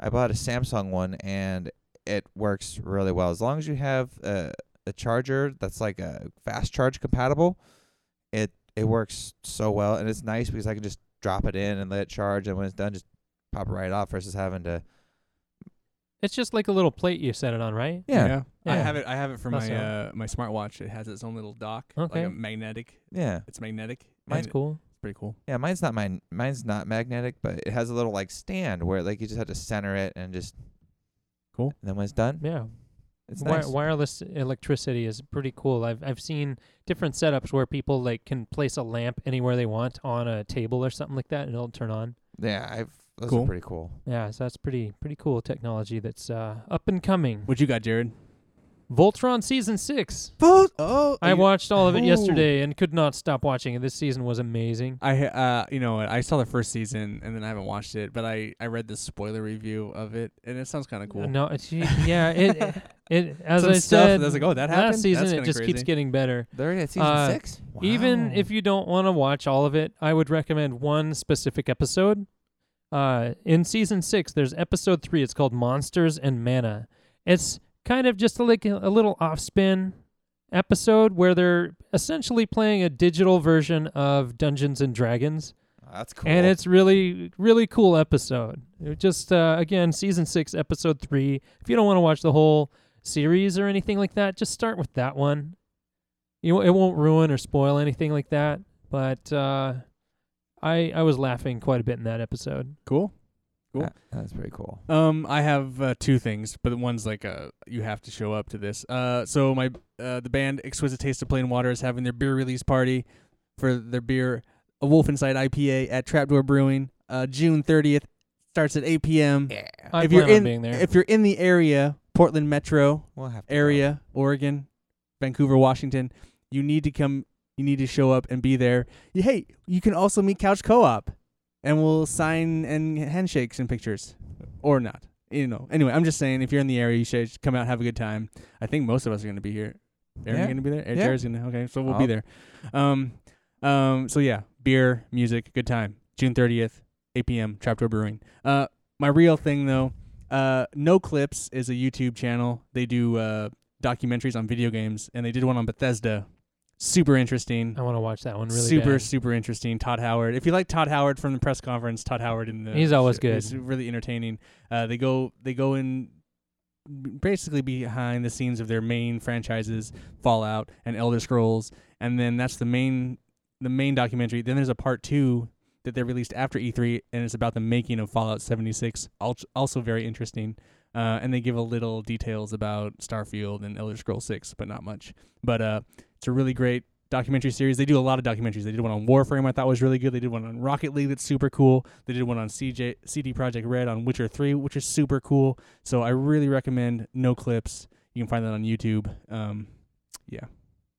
C: I bought a Samsung one, and it works really well as long as you have a, a charger that's like a fast charge compatible. It it works so well, and it's nice because I can just drop it in and let it charge, and when it's done, just pop it right off versus having to
B: It's just like a little plate you set it on, right?
C: yeah yeah.
A: I
B: Yeah.
A: have it. I have it for
B: That's
A: my uh, my smartwatch. It has its own little dock, like
B: Okay.
A: a magnetic.
C: yeah.
A: It's magnetic.
B: That's
A: and
B: cool.
A: It's pretty cool.
C: Yeah, mine's not mine. Mine's not magnetic, but it has a little like stand where like you just have to center it and just.
A: Cool.
C: And then when it's done,
B: Yeah.
C: it's
B: Wi-
C: nice.
B: wireless electricity is pretty cool. I've I've seen different setups where people like can place a lamp anywhere they want on a table or something like that and it'll turn on.
C: Yeah, I've those
A: Cool.
C: are pretty cool.
B: Yeah, so that's pretty pretty cool technology that's uh, up and coming.
A: What you got, Jared?
B: Voltron season 6.
A: Vote. Oh,
B: I watched all of it
A: Ooh.
B: yesterday and could not stop watching it. This season was amazing.
A: I ha- uh you know what, I saw the first season and then I haven't watched it, but I I read the spoiler review of it and it sounds kind of cool.
B: No, it's, yeah, it it as
A: Some
B: I
A: stuff
B: said
A: that's like, oh, that happened?
B: last season
A: That's
B: it
A: kinda
B: just keeps
A: crazy.
B: getting better.
C: They're at season
B: Uh,
C: six.
B: Even
C: Wow.
B: if you don't want to watch all of it, I would recommend one specific episode. Uh, in season six, there's episode three. It's called Monsters and Mana. It's kind of just like a little off spin episode where they're essentially playing a digital version of Dungeons and Dragons
C: Wow, that's cool.
B: and it's really really cool episode It just uh, again, season six, episode three. If you don't want to watch the whole series or anything like that, just start with that one. You it won't ruin or spoil anything like that. But uh, I I was laughing quite a bit in that episode.
A: Cool. Cool.
C: That- that's pretty cool.
A: Um, I have uh, two things, but one's like uh, you have to show up to this. Uh, so my uh, the band Exquisite Taste of Plain Water is having their beer release party for their beer, a Wolf Inside IPA at Trapdoor Brewing, uh, June thirtieth. Starts at 8 p.m.
C: Yeah,
B: I
A: if
B: plan
A: you're in,
B: on being there.
A: if you're in the area, Portland Metro
C: we'll have to go.
A: area, Oregon, Vancouver, Washington, you need to come. You need to show up and be there. You, hey, you can also meet Couch Co-op, and we'll sign and handshakes and pictures, or not. You know. Anyway, I'm just saying, if you're in the area, you should come out, have a good time. I think most of us are going to be here. Aaron,
C: Yeah.
A: you going to be there. Aaron,
C: Yeah.
A: Jared's going to. Okay, so we'll be
C: I'll-
A: there. Um, um. So yeah, beer, music, good time. June 30th, 8 p.m. Trapdoor Brewing. Uh, my real thing though. Uh, No Clips is a YouTube channel. They do uh, documentaries on video games, and they did one on Bethesda. Super interesting.
B: I want to watch that one really
A: super,
B: bad.
A: super interesting. Todd Howard. If you like Todd Howard from the press conference, Todd Howard in the
B: He's always good.
A: He's really entertaining. Uh, they go they go in basically behind the scenes of their main franchises, Fallout and Elder Scrolls, and then that's the main the main documentary. Then there's a part two that they released after E3, and it's about the making of Fallout 76. al- Also very interesting. Uh, and they give a little details about Starfield and Elder Scrolls 6, but not much. But uh, it's a really great documentary series. They do a lot of documentaries. They did one on Warframe I thought was really good. They did one on Rocket League that's super cool. They did one on CJ CD Project Red on Witcher 3, which is super cool. So I really recommend No Clips. You can find that on YouTube. Um, yeah,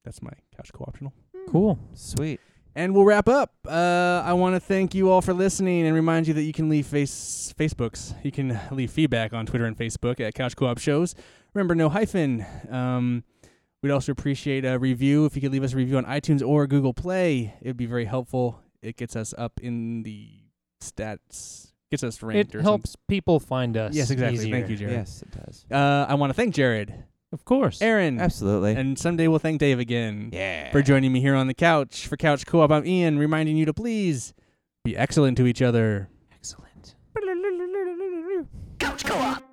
A: that's my couch co-optional.
B: cool.
C: Sweet.
A: And we'll wrap up. Uh, I want to thank you all for listening and remind you that you can leave face Facebooks. You can leave feedback on Twitter and Facebook at Couch Co-op Shows. Remember, no hyphen. Um, we'd also appreciate a review if you could leave us a review on iTunes or Google Play. It'd be very helpful. It gets us up in the stats. Gets us ranked.
B: It
A: or
B: helps people find us.
A: Something. Yes, exactly.
B: easier.
A: Thank you, Jared.
C: Yes, it does.
A: Uh, I want to thank Jared,
B: Of course.
A: Aaron,
C: Absolutely.
A: Mm. and someday we'll thank Dave again
C: yeah.
A: for joining me here on the couch for Couch Co-op. I'm Ian, reminding you to please be excellent to each other.
B: Excellent.
C: Couch co-op.